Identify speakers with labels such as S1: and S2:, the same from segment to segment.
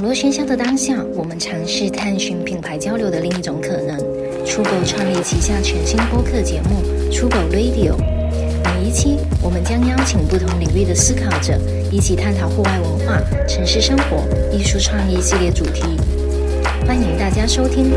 S1: 络喧嚣的当下，我们尝试探寻品牌交流的另一种可能。出狗创立旗下全新播客节目《出狗 Radio》，每一期我们将邀请不同领域的思考者，一起探讨户外文化、城市生活、艺术创意系列主题。欢迎大家收听。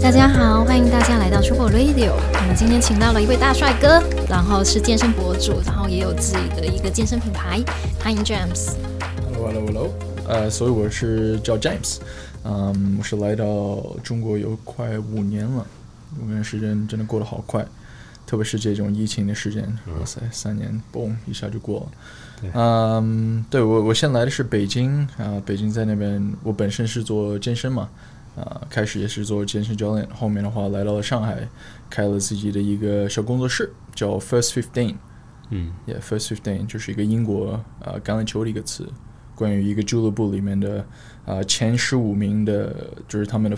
S1: 大家好，欢迎大家来到出国 Radio。我们今天请到了一位大帅哥，然后是健身博主，然后也有自己的一个健身品牌。欢迎 James。
S2: Hello，Hello，Hello hello, hello. 呃，所以我是叫 James，嗯，我是来到中国有快五年了，五年时间真的过得好快，特别是这种疫情的时间，哇塞，三年嘣一下就过了。嗯，对我，我先来的是北京啊、呃北京在那边，我本身是做健身嘛，啊、开始也是做健身教练，后面的话来到了上海，开了自己的一个小工作室，叫 First Fifteen。
S3: 嗯
S2: ，Yeah, First Fifteen 就是一个英国呃橄榄球的一个词，关于一个俱乐部里面的呃前十五名的，就是他们的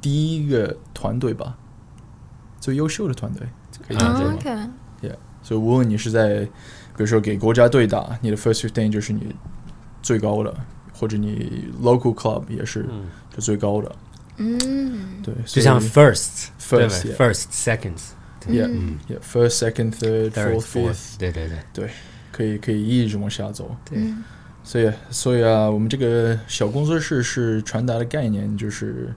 S2: 第一个团队吧，最优秀的团队，可以这样讲吗
S1: 哦 OK，
S2: 所以无论你是在，比如说给国家队打，你的 First Fifteen 就是你最高的，或者你 local club 也是
S3: 嗯，
S2: 就最高的，
S1: 嗯，
S2: 对，
S3: 就像 first，对吧
S2: First yeah
S3: ？first seconds，
S2: Yeah
S1: Mm.
S3: 嗯
S2: yeah, first, second, third,
S3: ，third
S2: fourth, fifth，
S3: fourth，对对对
S2: 可以可以一直往下走。
S3: 对，
S2: 所以，所以啊，我们这个小工作室是传达的概念，就是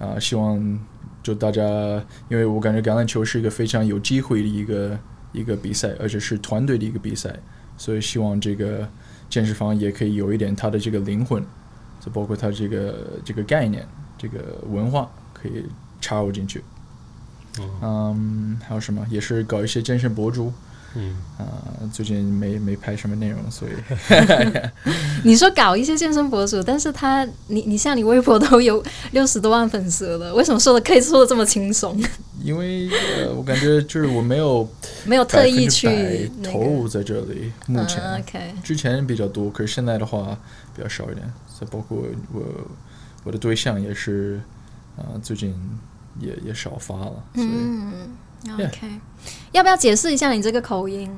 S2: 啊、希望就大家，因为我感觉橄榄球是一个非常有机会的一个一个比赛，而且是团队的一个比赛，所以希望这个健身房也可以有一点它的这个灵魂，就包括它这个这个概念、这个文化可以插入进去。嗯，还有什么？也是搞一些健身博主
S3: 嗯，
S2: 啊、最近没没拍什么内容，所以。
S1: 你说搞一些健身博主，但是他，你你像你微博都有 六十多万粉丝了，为什么说的可以说的这么轻松？
S2: 因为呃，我感觉就是我 没有
S1: 没有特
S2: 百分
S1: 意
S2: 之
S1: 去
S2: 百
S1: 那
S2: 投
S1: 个。
S2: 入在这里。目前、
S1: 嗯、OK，
S2: 之前比较多，可是现在的话比较少一点。再包括我我的对象也是，啊、最近也也少发了。所以
S1: 嗯，OK，要不要解释一下你这个口音？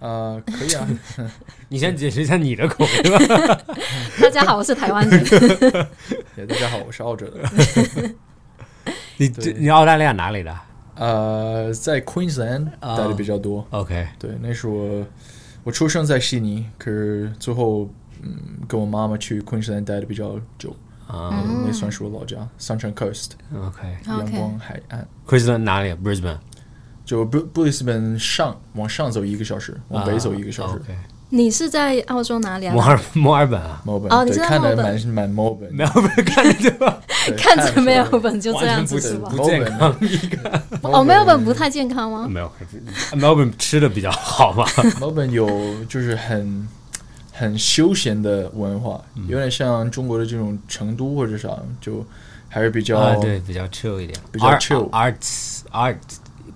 S2: 啊、可以
S1: 嗯
S2: 啊，
S3: 你先解释一下你的口音吧。
S1: 大家好，我是台湾人。
S2: 也大家好，我是澳洲的。
S3: 你
S2: 对
S3: 这你澳大利亚哪里的
S2: 呃，在 Queensland
S3: 啊
S2: 待的比较多。
S3: ？OK，
S2: 对，那是我我出生在悉尼，可是最后嗯跟我妈妈去 Queensland 待的比较久，
S3: 啊
S1: 嗯
S2: 那算是我老家 Sunshine Coast。阳
S1: OK，
S2: 光海岸。
S3: ，OK，Queensland 哪里？Brisbane，
S2: 就布布里斯本上往上走一个小时，往北走一个小时。
S3: 啊 OK，
S1: 你是在澳洲哪里啊？
S3: 墨尔墨尔本啊，
S2: 墨尔本
S1: 哦你
S2: 对，
S1: 是在
S2: 看着
S1: 墨尔
S2: 蛮蛮墨尔本，
S3: 墨尔本看着对吧？
S2: 对
S1: 看
S2: 着
S1: 着
S2: 是
S1: 没有本就这
S3: 完
S1: 样
S3: 全
S1: 子
S3: 不
S1: 是
S3: 是
S1: 吧？
S3: 不健康。
S1: 哦，没有本不太健康吗？
S3: 没有， 墨尔本吃的比较好吧？
S2: 墨尔本有就是很很休闲的文化，
S3: 嗯
S2: 有点像中国的这种成都或者啥，就还是比较
S3: 啊，对，比较 chill 一点，
S2: 哦比较
S3: Art-
S2: chill
S3: arts art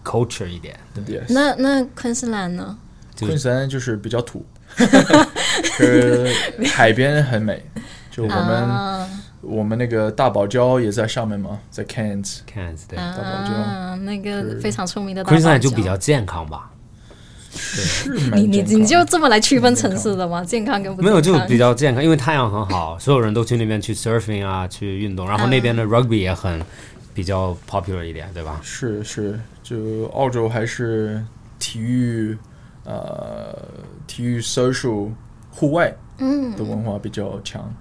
S3: culture 一点，对，
S2: Yes
S1: 那那昆士兰呢？
S3: 就
S2: 昆士兰就是比 较土，可是海边很美。就我们、
S1: 啊
S2: 我们那个大堡礁也在上面嘛，在 Cairns，
S3: 看似对。
S2: 堡
S1: 啊，那个
S2: 是
S1: 非常出名的大堡
S3: 昆士
S1: 礁
S3: 兰就比较健康吧，
S2: 是
S1: 你
S2: 蛮
S1: 你
S2: 健
S1: 你
S2: 康
S1: 就这么来区分城市的吗？健康跟不
S3: 没有就
S1: 健康
S3: 比较健康，因为太阳很好，所有人都去那边去 surfing 啊，去运动，然
S1: 嗯
S3: 后那边的 rugby 也很比较 popular 一点，对吧？
S2: 是是，就澳洲还是体育，呃，体育 social 户外
S1: 嗯
S2: 的文化比较强。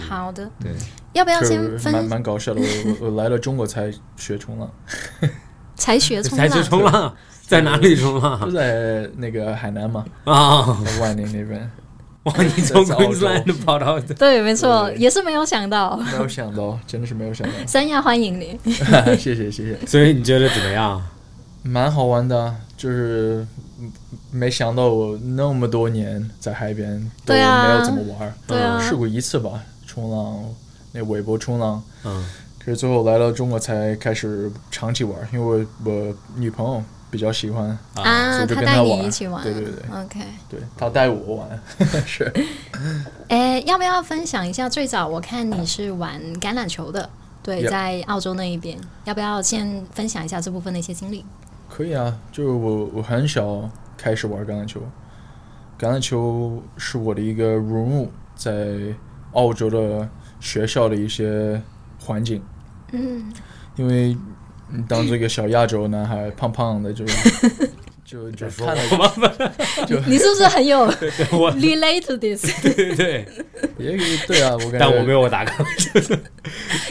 S1: 好的。
S3: 对，
S1: 要不嗯要
S2: 嗯就
S1: 先
S2: 是蛮
S1: 分
S2: 蛮搞笑的，我我我来了中国才学冲浪，
S1: 才学冲
S3: 才
S1: 浪？
S3: 去 冲浪，在哪里冲浪
S2: 就在那个海南嘛，
S3: 啊？
S2: 在万宁那边，
S3: 哇，你从
S2: 在澳洲
S3: 昆士兰跑到
S1: 对，没错，
S2: 对
S1: 也是没有想到。
S2: 没有想到，真的是没有想到，
S1: 三亚欢迎你，
S2: 谢谢谢谢，
S3: 所以你觉得怎么样？
S2: 蛮好玩的，就是嗯没想到我那么多年在海边都
S1: 对啊
S2: 没有怎么玩儿，
S1: 对啊
S2: 试过一次吧，冲浪，那尾波冲浪。
S3: 嗯，
S2: 可是最后来到中国才开始长期玩儿，因为我我女朋友比较喜欢，所
S1: 啊，
S2: 以就
S1: 他
S2: 跟
S1: 带
S2: 他
S1: 你
S2: 玩
S1: 一起玩，
S2: 对对对
S1: OK，
S2: 对她带我玩， 是
S1: 哎，要不要分享一下最早我看你是玩橄榄球的？对，
S2: Yeah
S1: 在澳洲那一边，要不要先分享一下这 部分的一些经历？
S2: 可以啊。就是我我很小开始玩橄榄球，橄榄球是我的一个融入在澳洲的学校的一些环境，
S1: 嗯，
S2: 因为嗯当这个小亚洲男孩胖胖的就就就
S3: 说
S2: 看了
S3: 我吧，
S4: 你是不是 很有
S3: 我
S4: relate to this？
S3: 对对，
S2: 也对啊，我感觉
S3: 但我没有我打橄榄 球，
S2: 是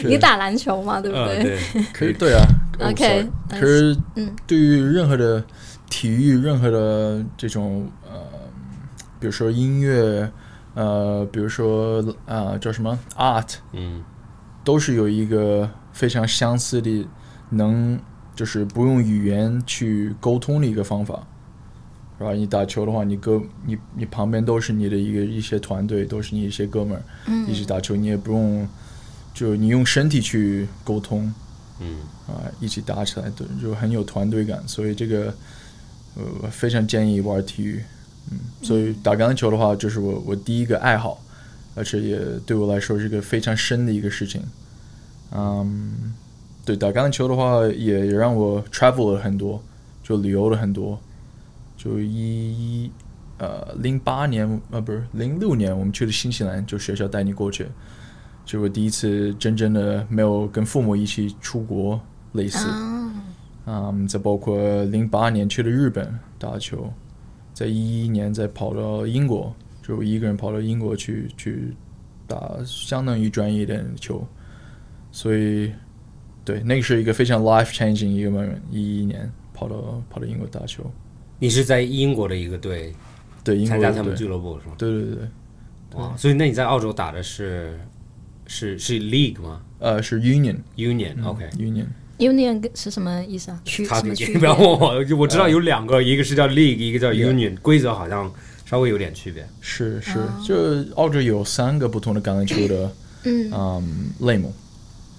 S4: 你打篮球嘛，对不
S3: 嗯
S4: 对？
S3: 对，
S2: 可以对啊哦
S4: OK，
S2: sorry
S4: 嗯
S2: 可是
S4: 嗯
S2: 对于任何的体育，任何的这种呃，比如说音乐，呃，比如说啊、呃叫什么 art，
S3: 嗯
S2: 都是有一个非常相似的，能就是不用语言去沟通的一个方法，是吧？你打球的话，你哥你你旁边都是你的一个一些团队，都是你一些哥们儿、
S1: 嗯
S2: 一起打球，你也不用就你用身体去沟通
S3: 嗯，
S2: 啊，一起打起来，对，就很有团队感。所以这个呃，我非常建议玩体育，嗯，所以打橄榄球的话，就是我我第一个爱好，而且也对我来说是一个非常深的一个事情。嗯，对，打橄榄球的话也，也让我 travel 了很多，就旅游了很多。就一呃零八年呃不是零六年，我们去了新西兰，就学校带你过去，就我第一次真正的没有跟父母一起出国，类似。
S1: 啊，
S2: 嗯，再包括零八年去了日本打球，在一一年再跑到英国，就我一个人跑到英国去去打相当于专业一点的球，所以对那个是一个非常 life changing 一个 moment。一一年跑到跑到英国打球，
S3: 你是在英国的一个队
S2: 对英国
S3: 参加他们
S2: 队
S3: 俱乐部是吗？
S2: 对对对对，
S3: 哇，所以那你在澳洲打的是是是 league 吗
S2: 呃是 Union
S1: 嗯
S3: ？Union OK。
S2: Union，
S4: Union 跟是什么意思啊？区
S3: 差
S4: 什么
S3: 别，
S4: 区
S3: 你不
S4: 别嗯
S3: 要？问我，我知道有两个，一个是叫 league，一个叫 union，规则好像稍微有点区别。
S2: 是是，就澳洲有三个不同的橄榄球的
S1: 嗯
S2: 嗯类目，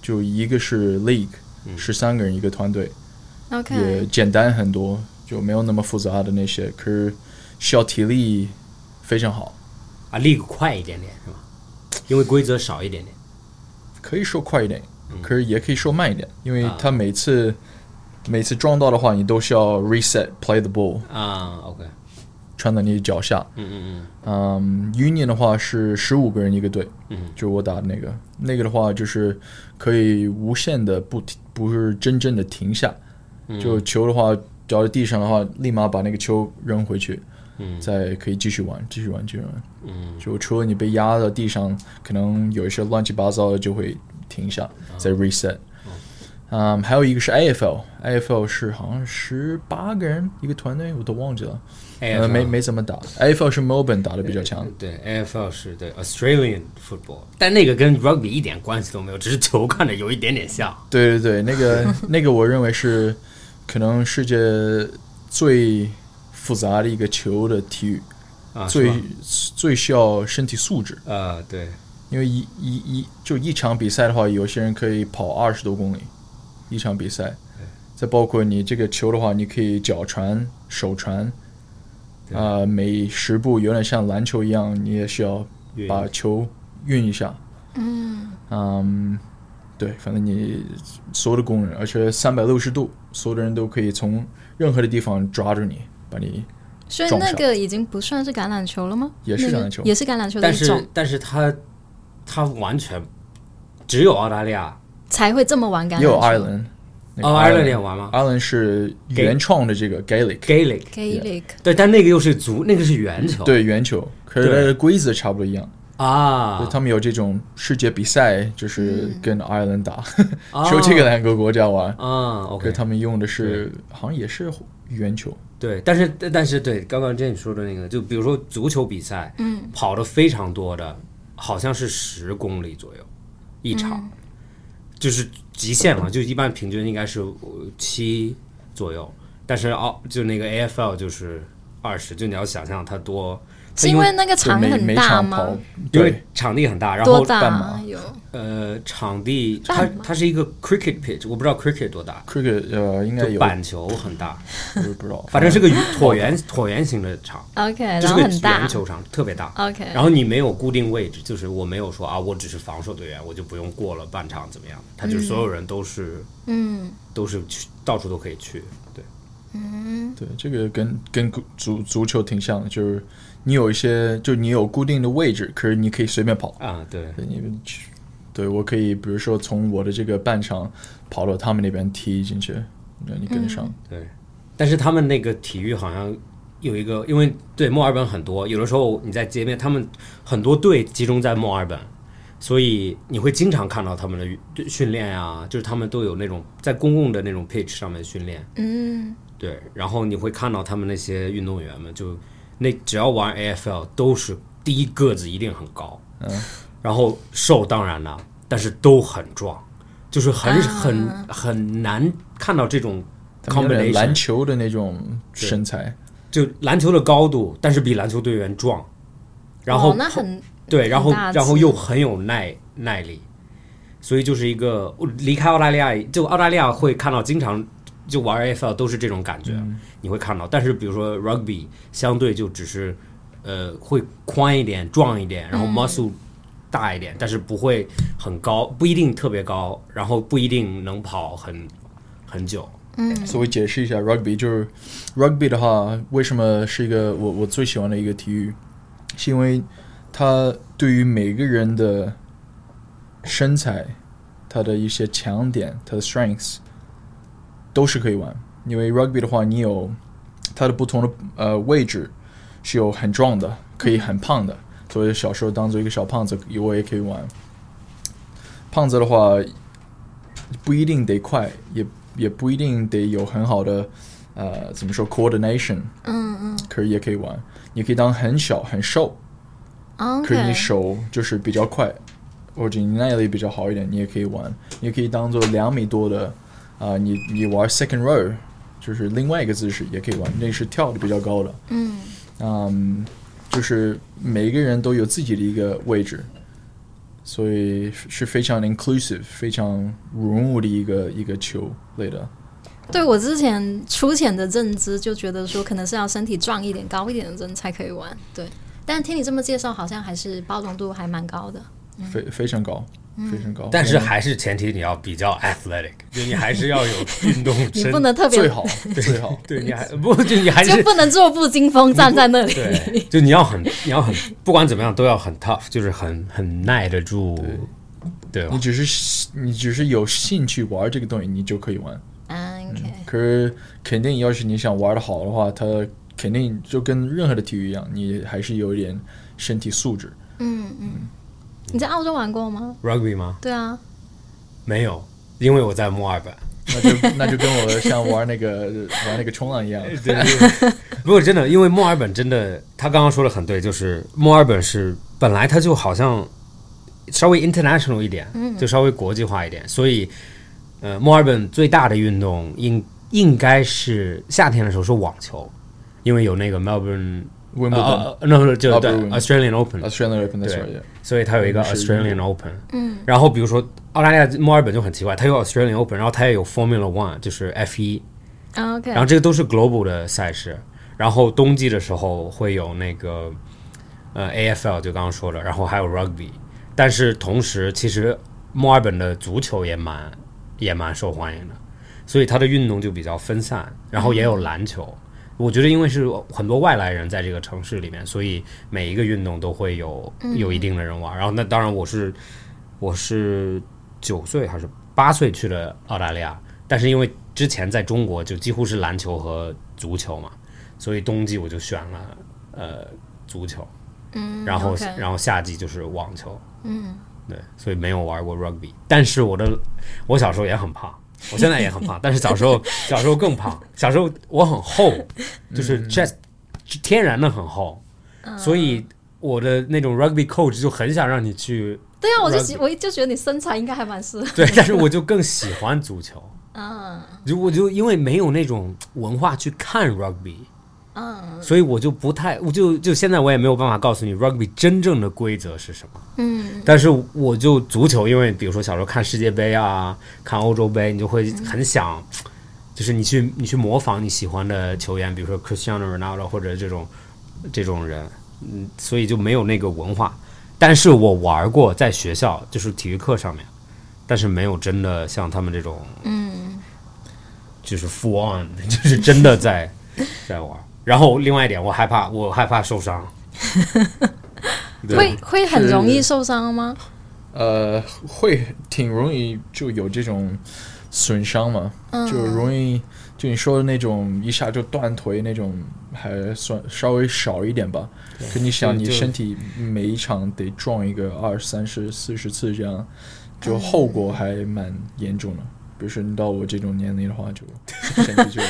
S2: 就一个是 league，十
S3: 嗯
S2: 三个人一个团队。也
S4: OK，
S2: 简单很多，就没有那么复杂的那些。可是需要体力非常好，
S3: 啊，league 快一点点是吧？因为规则少一点点。
S2: 可以说快一点，
S3: 嗯
S2: 可是也可以说慢一点，因为
S3: 啊
S2: 他每次、每次撞到的话，你都需要 reset play the ball，
S3: 啊，OK，
S2: 穿到你脚下。
S3: 嗯嗯
S2: 嗯、u n i o n 的话是十五个人一个队，
S3: 嗯
S2: 就我打的那个，那个的话就是可以无限的不停，不是真正的停下，
S3: 嗯
S2: 就球的话掉在地上的话，立马把那个球扔回去，
S3: 嗯
S2: 再可以继续玩，继续玩，继续玩。
S3: 嗯嗯
S2: 就除了你被压到地上，可能有一些乱七八糟的就会停下，再 reset。嗯，还有一个是 AFL，AFL 是好像十八个人一个团队，我都忘记了，
S3: ，AFL
S2: 呃，没没怎么打。AFL 是 Melbourne 打的比较强，
S3: 对 AFL 是对 Australian football，但那个跟 rugby 一点关系都没有，只是球看着有一点点像。
S2: 对对对，那个那个我认为是可能世界最复杂的一个球的体育，
S3: 啊，是
S2: 最
S3: 吧
S2: 最需要身体素质，
S3: 呃对，
S2: 因为一一一就一场比赛的话，有些人可以跑二十多公里，一场比赛，再包括你这个球的话，你可以脚传、手传，
S3: 对
S2: 啊，每十步有点像篮球一样，你也需要
S3: 越
S2: 把球运一下。
S1: 嗯
S2: 嗯，对，反正你所有的工人，而且三百六十度，所有的人都可以从任何的地方抓住你，把你
S4: 所以
S2: 撞
S4: 那
S2: 上
S4: 个已经不算是橄榄球了吗？
S2: 也是
S4: 那个
S2: 橄榄球
S4: 也是橄榄球的
S3: 但
S4: 一种
S3: 是，但是他他完全只有澳大利亚，
S4: 才会这么玩橄榄
S2: 也
S4: 球。
S2: 有爱尔兰，那个
S3: 哦，爱
S2: 爱
S3: 尔
S2: 尔
S3: 兰
S2: 兰
S3: 也玩吗
S2: 爱尔兰是原创的这个 Gaelic，
S3: ？Gaelic，
S4: Gaelic，
S3: 对，但那个又是足，那个是圆球。
S2: 对圆球，可是它的规则差不多一样，就
S3: 啊，
S2: 他们有这种世界比赛，就是
S4: 嗯
S2: 跟爱尔兰打，
S3: 哦
S2: 说这个两个国家玩，
S3: 啊
S2: 可是
S3: ，OK，
S2: 他们用的是好像也是圆球，
S3: 对，但是但是对，刚刚 James 说的那个，就比如说足球比赛，嗯，跑的非常多的，好像是十公里左右一场，
S4: 嗯
S3: 就是极限了，就一般平均应该是呃七左右，但是哦，就那个 AFL 就是二十，就你要想象它多，它
S4: 是因
S3: 为
S4: 为那个
S2: 就
S4: 场
S2: 每
S4: 很
S2: 每
S4: 大
S2: 场跑
S4: 吗？，
S3: 因为
S2: 对，
S3: 场地很大，然
S4: 多
S3: 后
S4: 大
S2: 半马
S4: 啊？有
S3: 呃场地
S4: 大
S3: 它
S4: 吗
S3: 它是一个 cricket pitch，我不知道 cricket 多大，
S2: cricket 呃应该
S3: 就
S2: 有，
S3: 板球很大，
S2: 我也不知 道，
S3: 反正是个圆椭圆椭圆形的场。
S4: OK，
S3: 就
S4: 然
S3: 是
S4: 后
S3: 个
S4: 很大
S3: 圆。球场，特别大。
S4: OK
S3: 然后你没有固定位置，就是我没有说啊，我只是防守队员，我就不用过了半
S4: 嗯
S3: 场怎么样？他就是所有人都是
S1: 嗯
S3: 都是去到处都可以去，对，
S1: 嗯
S2: 对，这个跟跟足足球挺像的，就是你有一些，就你有固定的位置，可是你可以随便跑。
S3: 啊，对，
S2: 对，你们去，对我可以，比如说从我的这个半场跑到他们那边踢进去，让你跟上。
S3: 但是他们那个体育好像有一个，因为对墨尔本很多，有的时候你在街边，他们很多队集中在墨尔本，所以你会经常看到他们的运训练啊，就是他们都有那种在公共的那种 pitch 上面训练，
S1: 嗯，
S3: 对，然后你会看到他们那些运动员们，就那只要玩 AFL 都是第一个子一定很高，嗯，然后瘦当然了，但是都很壮，就是很、很很难看到这种
S2: 他们有点
S3: combination
S2: 篮球的那种身材，
S3: 就篮球的高度，但是比篮球队员壮，然后、
S4: 哦那很
S3: 对，然后
S4: 大只
S3: 然后又很有耐耐力，所以就是一个我离开澳大利亚，就澳大利亚会看到经常就玩 AFL 都是这种感觉，
S4: 嗯
S3: 你会看到。但是比如说 rugby 相对就只是呃会宽一点、壮一点，然
S4: 嗯
S3: 后 muscle 大一点，但是不会很高，不一定特别高，然后不一定能跑很很久。
S2: 所以解释一下 rugby 就是 rugby 的话，为什么是一个我我最喜欢的一个体育，是因为它对于每个人的身材、他的一些强点、他的 strengths 都是可以玩。因为 rugby 的话，你有它的不同的呃位置是有很壮的，可以很胖的，所以小时候当做一个小胖子，我也可以玩。胖子的话，不一定得快，也也不一定得有很好的呃怎么说 coordination，
S1: 嗯嗯
S2: 可是也可以玩。你可以当很小很瘦，
S4: 嗯
S2: 可是你
S1: ，OK，
S2: 手就是比较快，或者你耐力比较好一点，你也可以玩。你也可以当做两米多的啊、呃你你玩 second row，就是另外一个姿势也可以玩，那是跳的比较高的。
S1: 嗯
S2: 嗯，就是每一个人都有自己的一个位置，所以是非常 inclusive、非常融入的一个一个球类的。
S4: 对我之前粗浅的认知就觉得说，可能是要身体壮一点、高一点的人才可以玩。对，但听你这么介绍，好像还是包容度还蛮高的。
S2: 非非常高，非常高。
S3: 嗯但是还是前提你要比较 athletic，就你还是要有运 动
S4: 你
S3: 身，
S4: 不能特别
S2: 最 好最好，
S3: 对，你还不就你还
S4: 就是不能坐步惊风站在那里。
S3: 对，就你要很你要很不管怎么样都要很 tough，就是很很耐得住，对
S2: 你
S3: 吧？
S2: 只是你只是有兴趣玩这个东西，你就可以玩。
S4: 啊
S1: ，OK，
S2: 可是肯定，要是你想玩的好的话，它肯定就跟任何的体育一样，你还是有一点身体素质。
S1: 嗯嗯，
S4: 你在澳洲玩过吗？
S3: rugby 吗？
S4: 对啊，
S3: 没有，因为我在墨尔本。
S2: 那就那就跟我像玩那个玩那个冲浪一样，
S3: 对，啊不过真的，因为墨尔本真的，他刚刚说的很对，就是墨尔本是本来它就好像稍微 international 一点，就稍微国际化一点，所以呃，墨尔本最大的运动应应该是夏天的时候是网球，因为有那个 Melbourne
S2: 温布顿、
S3: 呃呃，no 就对
S2: Melbourne
S3: Australian Open，
S2: Australian Open 的时候
S3: 对
S2: 也
S3: 所以它有一个
S2: 是
S3: Australian Open，嗯，然后比如说澳大利亚墨尔本就很奇怪，它有 Australian Open，然后它也有 Formula One，就是 F 一，
S4: 啊，OK，
S3: 然后这个都是 global 的赛事，然后冬季的时候会有那个呃 AFL，就刚刚说了，然后还有 rugby，但是同时其实墨尔本的足球也蛮也蛮受欢迎的，所以它的运动就比较分散，然后也有篮球。我觉得，因为是很多外来人在这个城市里面，所以每一个运动都会有有一定的人玩。然后，那当然我是我是九岁还是八岁去的澳大利亚，但是因为之前在中国就几乎是篮球和足球嘛，所以冬季我就选了呃足球，嗯，然后
S4: OK
S3: 然后夏季就是网球，嗯，对，所以没有玩过 rugby，但是我的我小时候也很胖。我现在也很 胖，但是小时候小时候更胖，小时候我很厚，就是 chest 天然的很厚，所以我的那种 rugby coach 就很想让你去
S4: 对啊，我就喜
S3: Rugby
S4: 我就觉得你身材应该还蛮适合。
S3: 对，但是我就更喜欢足球。就我就因为没有那种文化去看 rugby，
S1: 嗯
S3: 所以我就不太，我就就现在我也没有办法告诉你 rugby 真正的规则是什么。
S1: 嗯
S3: 但是我就足球，因为比如说小时候看世界杯啊，看欧洲杯，你就会很想，就是你去你去模仿你喜欢的球员，比如说 Cristiano Ronaldo 或者这种这种人，嗯，所以就没有那个文化。但是我玩过，在学校就是体育课上面，但是没有真的像他们这种
S1: 嗯
S3: 就是 full on，就是 真的在在玩。然后另外一点，我害怕，我害怕受伤。对
S4: 会会很
S2: 是
S4: 容易受伤吗？
S2: 呃，会挺容易就有这种损伤嘛，就容易就你说的那种一下就断腿那种，还算稍微少一点吧。可你想，
S3: 就
S2: 你
S3: 就
S2: 身体每一场得撞一个二三十、四十次这样，就后果还蛮严重的。比如说你到我这种年龄的话就，身 体就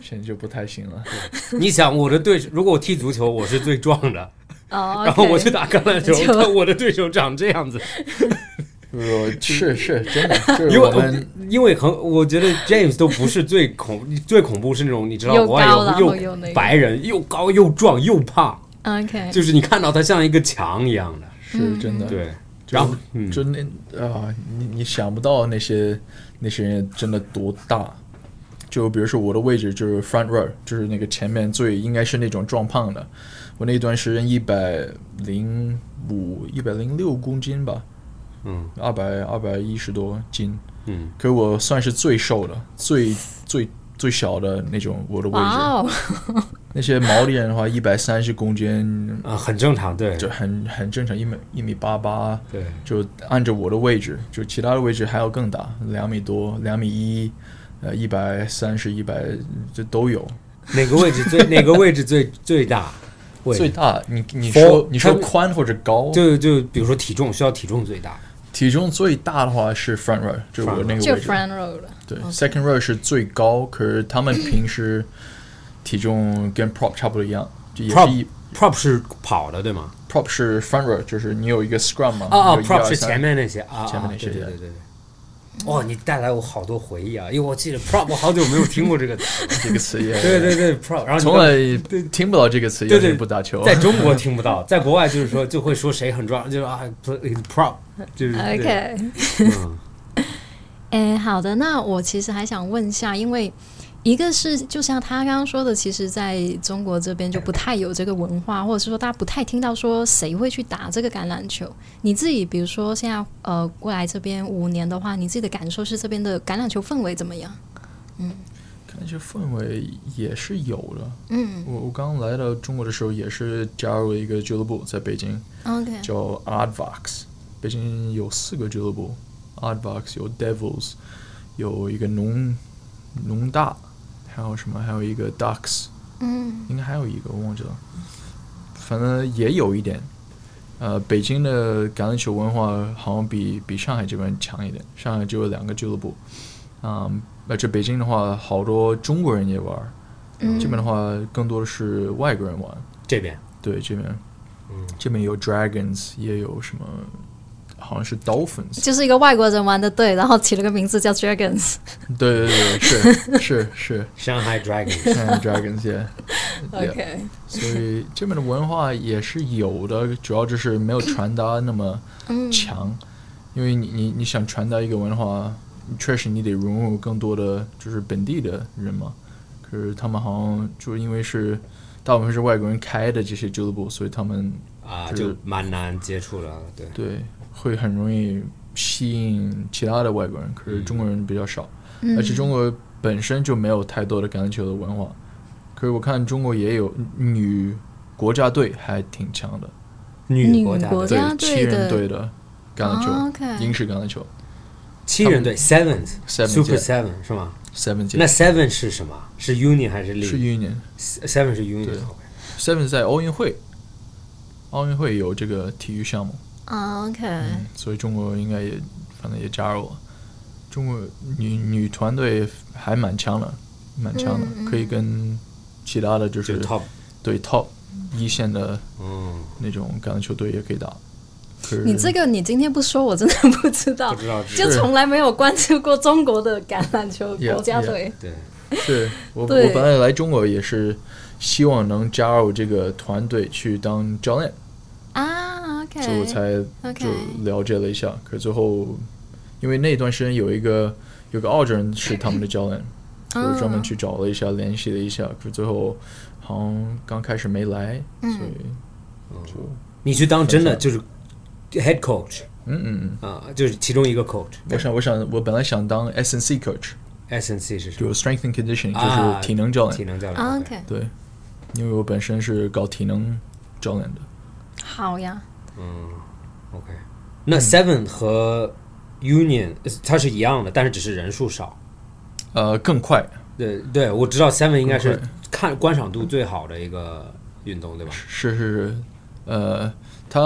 S2: 身体就不太行了。
S3: 你想，我的对手，如果我踢足球，我是最壮的，
S4: 哦，
S3: 然后
S4: OK
S3: 我去打橄榄球，
S4: 就
S3: 但我的对手长这样子，
S2: 我是是 真的，就是
S3: 因
S2: 我
S3: 为嗯
S2: 们
S3: 因为很，我觉得 James 都不是最恐 最恐怖是那种你知道
S4: 又
S3: 国外
S4: 高然后
S3: 有
S4: 又那个哎
S3: 白人又高又壮又胖，
S4: OK，
S3: 就是你看到他像一个墙一样的，
S2: 是真的。
S3: 对，
S2: 就
S3: 然后嗯，
S2: 就那啊，你你想不到那些那些人真的多大。就比如说我的位置就是 front row，就是那个前面最应该是那种壮胖的。我那段时间一百零五、一百零六公斤吧，
S3: 嗯
S2: 二百二百一十多斤，
S3: 嗯，
S2: 可我算是最瘦的、最最最小的那种我的位置。
S4: 哇哦，
S2: 那些毛利人的话，一百三十公斤
S3: 啊，很正常，对
S2: 就很很正常，一米一米八八，
S3: 对，
S2: 就按着我的位置，就其他的位置还要更大，两米多、两米一，呃，一百三十、一百这都有。
S3: 哪个位置最 哪个位置最最大？位
S2: 最大，你你
S3: For-
S2: 说你说
S3: 他
S2: 宽或者高，
S3: 就就比如说体重需要体重最大，
S2: 体重最大的话是 front row，就是我
S3: Front row
S2: 那个
S4: 就
S2: 位置。
S4: front row 了。
S2: 对，second row 是最高，可是他们平时体重跟 prop 差不多一样，就也是
S3: Prop
S2: 一
S3: prop 是跑的对吗？
S2: prop 是 front row，就是你有一个 scrum 嘛，
S3: 啊啊
S2: 你有一
S3: ，prop
S2: 二
S3: 是
S2: 三
S3: 前面那些啊，啊
S2: 前面那些
S3: 对对
S2: 对
S3: 对对对。哦，你带来我好多回忆啊，因为我记得 prop 我好久没有听过这个 词，
S2: 这个 词也
S3: 对对对 prop，然后你
S2: 从
S3: 刚
S2: 来听不到这个词，
S3: 对
S2: 也
S3: 对
S2: 是不打球。
S3: 在中国听不到，在国外就是说就会说谁很壮，就是啊 play- prop，就是对
S4: 啊 OK，
S3: 嗯
S4: 哎，好的，那我其实还想问一下，因为一个是就像他刚刚说的，其实在中国这边就不太有这个文化，或者是说大家不太听到说谁会去打这个橄榄球。你自己比如说现在呃过来这边五年的话，你自己的感受是这边的橄榄球氛围怎么样？
S2: 感觉氛围也是有的。
S4: 嗯
S2: 我我刚来到中国的时候，也是加入了一个俱乐部，在北京
S4: 嗯，OK，
S2: 叫 Advox。北京有四个俱乐部，Advox 有 Devils，有一个农农大，还有什么？还有一个 Ducks，
S4: 嗯
S2: 应该还有一个我忘记了，反正也有一点。呃，北京的橄榄球文化好像比比上海这边强一点，上海只有两个俱乐部，嗯，而且北京的话，好多中国人也玩儿，
S4: 嗯
S2: 这边的话更多的是外国人玩，
S3: 这边
S2: 对这边
S3: 嗯，
S2: 这边有 Dragons，也有什么，好像是 Dolphins，
S4: 就是一个外国人玩的队，然后起了个名字叫 Dragons。
S2: 对对对， 是是是，
S3: 上海 dragon，
S2: 嗯，Dragons 也、yeah,
S4: OK，
S2: 所以这边的文化也是有的，主要就是没有传达那么
S4: 嗯
S2: 强，因为你你你想传达一个文化，确实你得融入更多的就是本地的人嘛。可是他们好像就因为是大部分是外国人开的这些俱乐部，所以他们
S3: 啊，
S2: 就是
S3: 就蛮难接触的，对，
S2: 对会很容易吸引其他的外国人，可是中国人比较少。
S4: 嗯
S2: 而且中国本身就没有太多的橄榄球的文化。可是我看中国也有女国家队还挺强的，
S4: 女
S3: 国家
S4: 国
S3: 队
S4: 家队
S2: 七人
S4: 的
S2: 队的橄榄球，
S4: 啊，OK
S2: 英式橄榄球
S3: 七人队 sevens
S2: Sevens，
S3: super
S2: yeah
S3: seven 是吗？
S2: seven
S3: 那 seven 是什么？是 union 还是
S2: 是
S3: league？
S2: union
S3: seven 是 union
S2: 对
S3: OK。
S2: seven 在奥运会，奥运会有这个体育项目，
S4: 啊 OK，
S2: 所以中国应该也反正也加入了。中国女女团队还蛮强的，蛮强的，
S4: 嗯
S2: 可以跟其他的就
S3: 就是 top，
S2: 对 top 一线的
S3: 嗯，
S2: 那种橄榄球队也可以打。可是
S4: 你这个你今天不说，我真的不知道
S3: 不。知道
S4: 哦就是从来没有关注过中国的橄榄球
S2: Yeah,
S4: 国家队。
S3: 对，
S2: 是我我
S4: 对
S2: 本来来中国也是希望能加入这个团队去当教练，
S4: 啊，OK，
S2: 所以我才
S4: OK 嗯
S2: 就了解了一下。可最后，因为那段时间有一个有个澳洲人是他们的教练，我专门去找了一下，联系了一下，可最后好像刚开始没来，所以就
S3: 你去当真的就是 head coach
S2: 嗯嗯嗯，
S3: 啊，就是其中一个 coach，
S2: 我想我想我本来想当 S N C coach，
S3: SNC 是什么？
S2: 就 strength and conditioning，、
S3: 啊
S2: 就是体能教
S3: 体
S2: 练。
S3: 能教练。
S4: 啊
S3: OK
S4: ，OK，
S2: 对，因为我本身是搞体能教练的。
S4: 好呀，
S3: OK，那 Seven 和 Union 呃它是一样的，但是只是人数少。
S2: 呃，更快
S3: 对对，我知道 Seven 应该是
S2: 更快
S3: 看观赏度最好的一个运动，对吧？
S2: 是是是，呃，它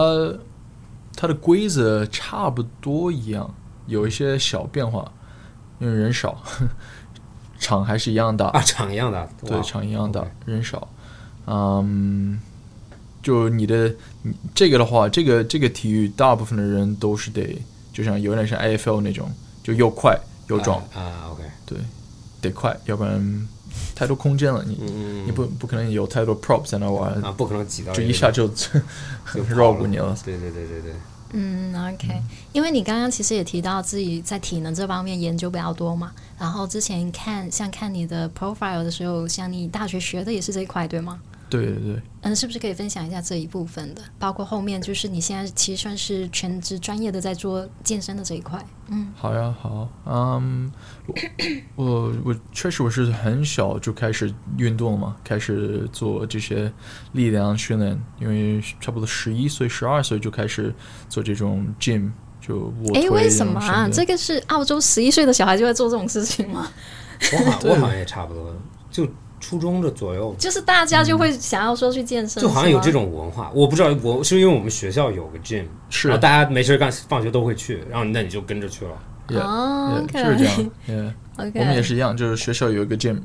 S2: 它的规则差不多一样，有一些小变化，因为人少， 场还是一样大，
S3: 啊，场一样的，
S2: 对，
S3: 哇
S2: 场一样大
S3: OK，
S2: 人少，嗯，就你的你这个的话，这个这个体育大部分的人都是得，就像有点像 AFL 那种，就又快又壮，
S3: 啊啊，OK，
S2: 对，得快，要不然太多空间了，你、
S3: 嗯
S2: 你不不可能有太多 prop 在那玩，
S3: 啊，不可能挤到
S2: 就
S3: 个
S2: 一下就
S3: 就跑
S2: 绕过你了。
S3: 对对对 对对，
S4: 嗯，OK，因为你刚刚其实也提到自己在体能这方面研究比较多嘛，然后之前看像看你的 profile 的时候，像你大学学的也是这一块，对吗？
S2: 对对对，
S4: 嗯，是不是可以分享一下这一部分的，包括后面就是你现在其实算是全职专业的在做健身的这一块，
S2: 好呀好，嗯，我我我确实我是很小就开始运动嘛，开始做这些力量训练，因为差不多十一岁、十二岁就开始做这种 gym，就卧推这种
S4: 诶，
S2: 训练。
S4: 为什么啊？这个是澳洲十一岁的小孩就会做这种事情吗？
S3: 我好我好像也差不多，就初中的左右，
S4: 就是大家就会想要说去健身，
S3: 就好像有
S4: 是吗
S3: 这种文化。我不知道，我是因为我们学校有个 gym，
S2: 是
S3: 然后大家没事干，放学都会去，然后那你就跟着去了。
S2: Yeah,
S4: 哦
S2: yeah,
S4: ，OK，
S2: 就是 这样。Yeah.
S4: ，OK，
S2: 我们也是一样，就是学校有一个 gym，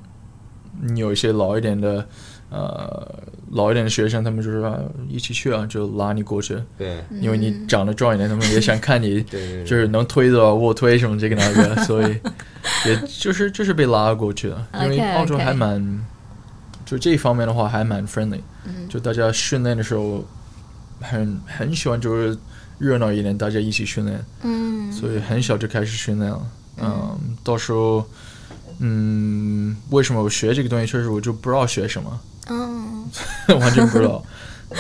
S2: 你有一些老一点的，呃，老一点的学生，他们就是、啊、一起去啊，就拉你过去，
S3: 对
S2: 因为你长得壮一点，他们也想看你，
S3: 对对对，
S2: 就是能推的卧推什么这个那个，所以也就是就是被拉过去的，因为
S4: OK，
S2: 澳洲
S4: OK
S2: 还蛮就这一方面的话还蛮 friendly，、就
S4: 嗯
S2: 大家训练的时候很很喜欢就是热闹一点，大家一起训练，
S4: 嗯
S2: 所以很小就开始训练了。嗯，到时候，嗯，为什么我学这个东西，确实我就不知道学什么，
S4: 嗯，
S2: 完全不知道。 我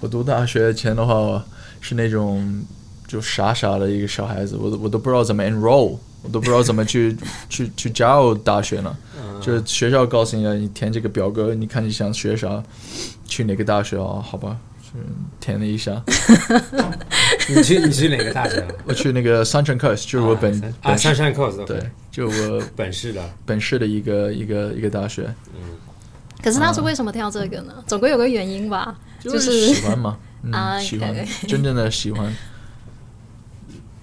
S2: 我读大学前的话是那种就傻傻的一个小孩子，我都我都不知道怎么 enroll，我都不知道怎么去 去去加入大学呢。就是学校告诉你，哎你填这个表格，你看你想学啥，去哪个大学啊？好吧，就填了一下，
S3: 你去你去哪个大学了？
S2: 我去那个三城 course，就是 我 本、
S3: 啊，
S2: 本市
S3: 三山 cos
S2: 对，就我
S3: 本市的，
S2: 本市的一个一个一个大学，
S4: 可是当时为什么跳这个呢？总归有个原因吧，就是
S2: 喜欢嘛，嗯，
S4: 啊
S2: 喜欢
S4: OK
S2: 真正的喜欢，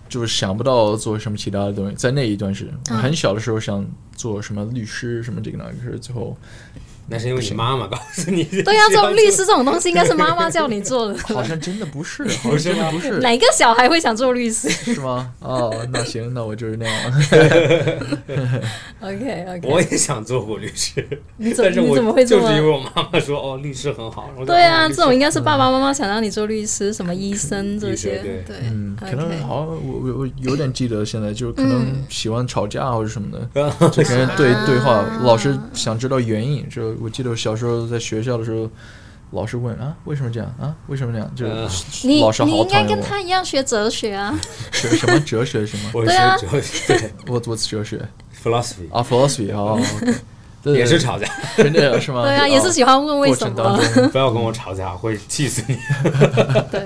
S2: 就是想不到做什么其他的东西。在那一段时间，
S4: 嗯
S2: 我很小的时候想做什么律师什么这个那个，可是最后
S3: 那是因为你妈妈告诉你。
S4: 对啊呀、这种律师这种东西应该是妈妈叫你做的。
S2: 好像真的不 是，好像真的不是，
S4: 哪个小孩会想做律 师
S2: 是吗？哦，那行，那我就是那样了。
S4: ？OK
S3: 我
S4: OK，
S3: 也想做过律师，
S4: 你怎么
S3: 但是
S4: 你
S3: 我
S4: 怎么会这
S3: 就是
S4: 么
S3: 因为我妈妈说哦，律师很好。然后我就
S4: 对啊，
S3: 哦律
S4: 这
S3: 师
S4: 种应该是爸爸妈妈想让你做律师，什么医生这些
S3: 医生，
S4: 对
S2: 嗯，可能
S4: OK，嗯
S2: 好像我我我有点记得，现在就是可能喜欢吵架或者什么的，就跟人
S4: 啊
S2: 对对话，老师想知道原因。就我记得我小时候在学校的时候，老师问啊为什么这样啊为什么这样，就
S3: 嗯
S4: 你
S2: 老师
S4: 你
S2: 好
S4: 应
S2: 讨
S4: 该
S2: 厌
S4: 跟
S2: 我。
S4: 他一样学哲学啊，
S2: 学什么哲学什么
S3: 我
S4: 对啊
S3: 学哲学 对
S2: ？What What's 哲学
S3: philosophy
S2: 啊？Philosophy 哦，OK 对
S3: 也是，吵架，
S2: 对真的是吗？
S4: 对啊，也是喜欢问
S2: 哦
S4: 为
S2: 过
S4: 什
S2: 程当
S4: 么，
S2: 中，
S3: 不要跟我吵架，会气死 你。
S4: 对，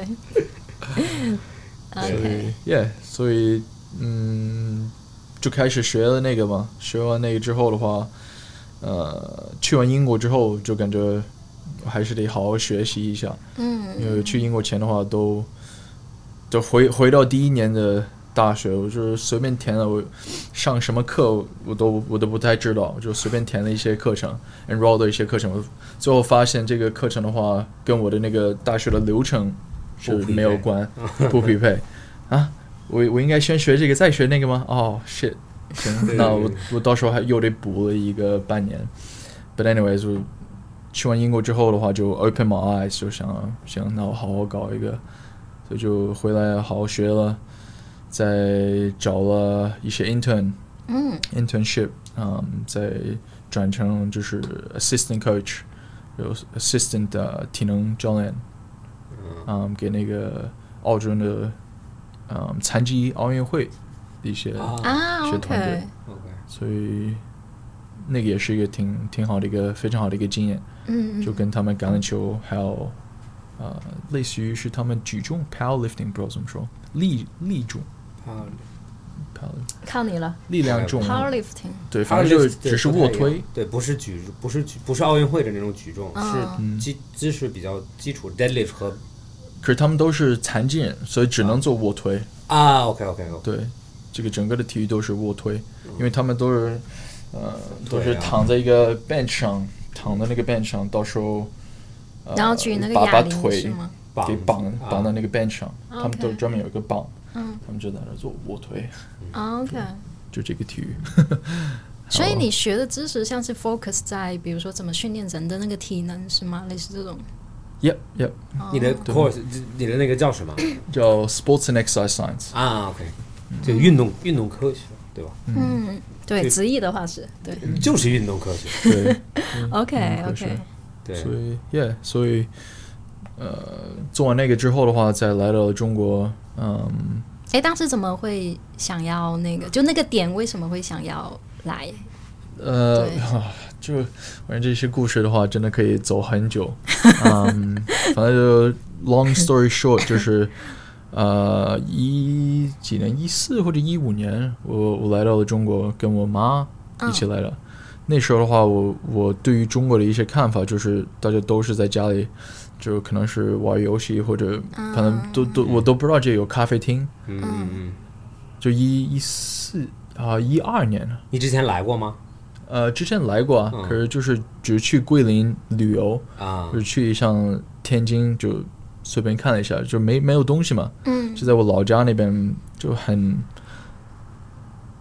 S4: 啊
S2: 所以 Yeah，所以嗯，就开始学了那个嘛。学完那个之后的话，呃，去完英国之后就感觉还是得好好学习一下，
S4: 嗯
S2: 因为去英国前的话都就回回到第一年的大学，我就是随便填了，我上什么课我都我都不太知道，就随便填了一些课程，enroll 的一些课程，我最后发现这个课程的话跟我的那个大学的流程是
S3: 不匹配
S2: 没有 关，不匹配啊，我我应该先学这个再学那个吗？哦、shit，
S3: 对
S2: 行，那
S3: 对
S2: 我
S3: 对
S2: 我到时候还又得补了一个半年，but anyways 我。去完英国之后的话，就 open my eyes，就想想，那我好好搞一个，所以就回来好好学了，再找了一些 intern
S1: Mm.
S4: 嗯
S2: internship，嗯，再转成就是 assistant coach，有 assistant 的体能教练，嗯，给那个澳洲的嗯残疾奥运会的一些
S3: 啊
S4: 啊
S2: 学团队
S4: ，OK，
S3: ，OK，
S2: 所以那个也是一个挺挺好的一个非常好的一个经验，
S4: 嗯
S2: 就跟他们橄榄球还有呃，类似于是他们举重 powerlifting 不知道怎么说，力力重
S3: 啊，
S2: power
S4: 靠你了
S2: 力量重，啊
S4: ，powerlifting，
S2: 对，反正就是只是卧推，，
S3: 对，不是举，不是举，不是奥运会的那种举重，
S4: 嗯
S3: 是基姿势比较基础 deadlift 和
S2: 可是他们都是残疾人，所以只能做卧推。
S3: 啊，OK OK OK，
S2: 对，这个整个的体育都是卧推，
S3: 嗯
S2: 因为他们都是呃都
S3: 对
S2: 是
S3: 啊
S2: 躺在一个 bench 上，躺在那个 bench 上，到时候、呃、
S4: 然后举那个
S2: 把把
S4: 哑铃是
S2: 腿
S4: 吗？
S3: 绑
S2: 给绑
S3: 啊
S2: 绑到那个 bench 上，他们都
S4: OK
S2: 专门有一个绑，
S4: 嗯
S2: 他们就在那做卧推，
S3: 嗯
S4: ，OK。
S2: 就这个体育。
S4: 所以你学的知识像是 focus 在，比如说怎么训练人的那个体能是吗？类似这种。
S2: Yep, yep，
S4: 哦
S3: 你的 course，你的那个叫什 么
S2: 叫 Sports and Exercise Science。
S3: 啊？OK，就
S2: 嗯
S3: 运动运动科学，对吧？
S4: 嗯，对，直译的话是对。
S2: 嗯
S3: 就是运动科学，
S2: 对，
S4: OK
S2: 科学
S4: OK，
S3: 对
S2: 所以 Yeah，所以呃，做完那个之后的话，再来到中国，嗯，
S4: 哎，当时怎么会想要那个？就那个点为什么会想要来？
S2: 呃
S4: 对，
S2: 啊 就反正这些故事的话，真的可以走很久。嗯，反正就 long story short，就是呃一几年，一四或者一五年，我我来到了中国，跟我妈一起来的。那时候的话，我我对于中国的一些看法，就是大家都是在家里，就可能是玩游戏或者可能都都我都不知道这有咖啡厅。
S3: 嗯嗯嗯，
S2: 就一一四啊一二年
S3: 你之前来过吗？
S2: 呃，之前来过啊，
S3: 嗯
S2: 可是就是只去桂林旅游，
S3: 啊
S2: 就是去像天津就随便看了一下，就没没有东西嘛，
S4: 嗯
S2: 就在我老家那边就很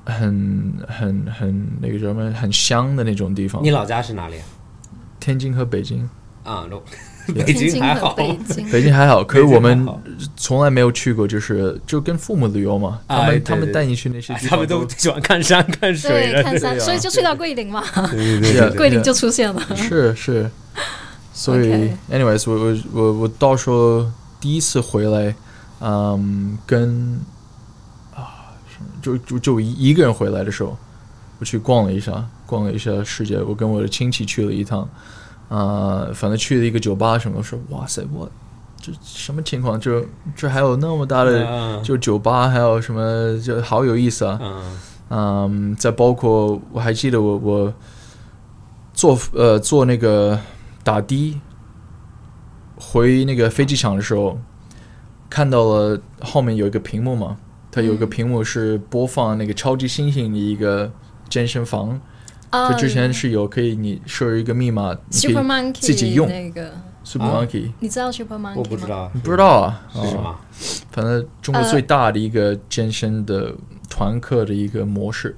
S2: 很很很那个叫什么很乡的那种地方
S3: 你，老家是哪里啊？
S2: 天津和北京，
S3: 啊，都 北京还好，
S4: 天津和北
S2: 北
S4: 京，
S2: 京还好， 可是
S3: 北京
S2: 我们
S3: 还好
S2: 从来没有去过，就是就跟父母旅游嘛，他
S3: 哎
S2: 们
S3: 对
S2: 他们
S3: 对哎
S2: 带你去那些地
S3: 他
S2: 方
S3: 们都喜欢看山看水
S4: 对，
S3: 的，啊
S4: 看山，
S2: 对啊
S4: 所以就去到桂林嘛，
S3: 对
S2: 对对
S4: 桂林就出现了。
S2: 是是，所以
S4: 嗯 OK
S2: anyways，我我我我到时候第一次回来，嗯，跟啊，什么就就就一一个人回来的时候，我去逛了一下，逛了一下世界，我跟我的亲戚去了一趟，啊、反正去了一个酒吧什么，我说哇塞，我这什么情况？就这还有那么大的。
S3: 嗯
S2: 就酒吧还有什么就好有意思啊！
S3: 嗯
S2: 嗯，再包括我还记得我我坐呃坐那个打的回那个飞机场的时候，看到了后面有一个屏幕嘛，它有一个屏幕是播放那个超级猩猩的一个健身房，
S4: 啊
S2: 就之前是有可以你设一个密码，你可以
S4: Super Monkey
S2: 自己用
S4: 那个，
S2: Super
S3: 啊
S2: Monkey，、
S4: 你知道 Super Monkey 吗？
S3: 我不知。道
S4: 嗯
S2: 你不知道啊？
S3: 是什
S2: 哦
S3: 么
S2: 反正中国最大的一个健身的团课的一个模式，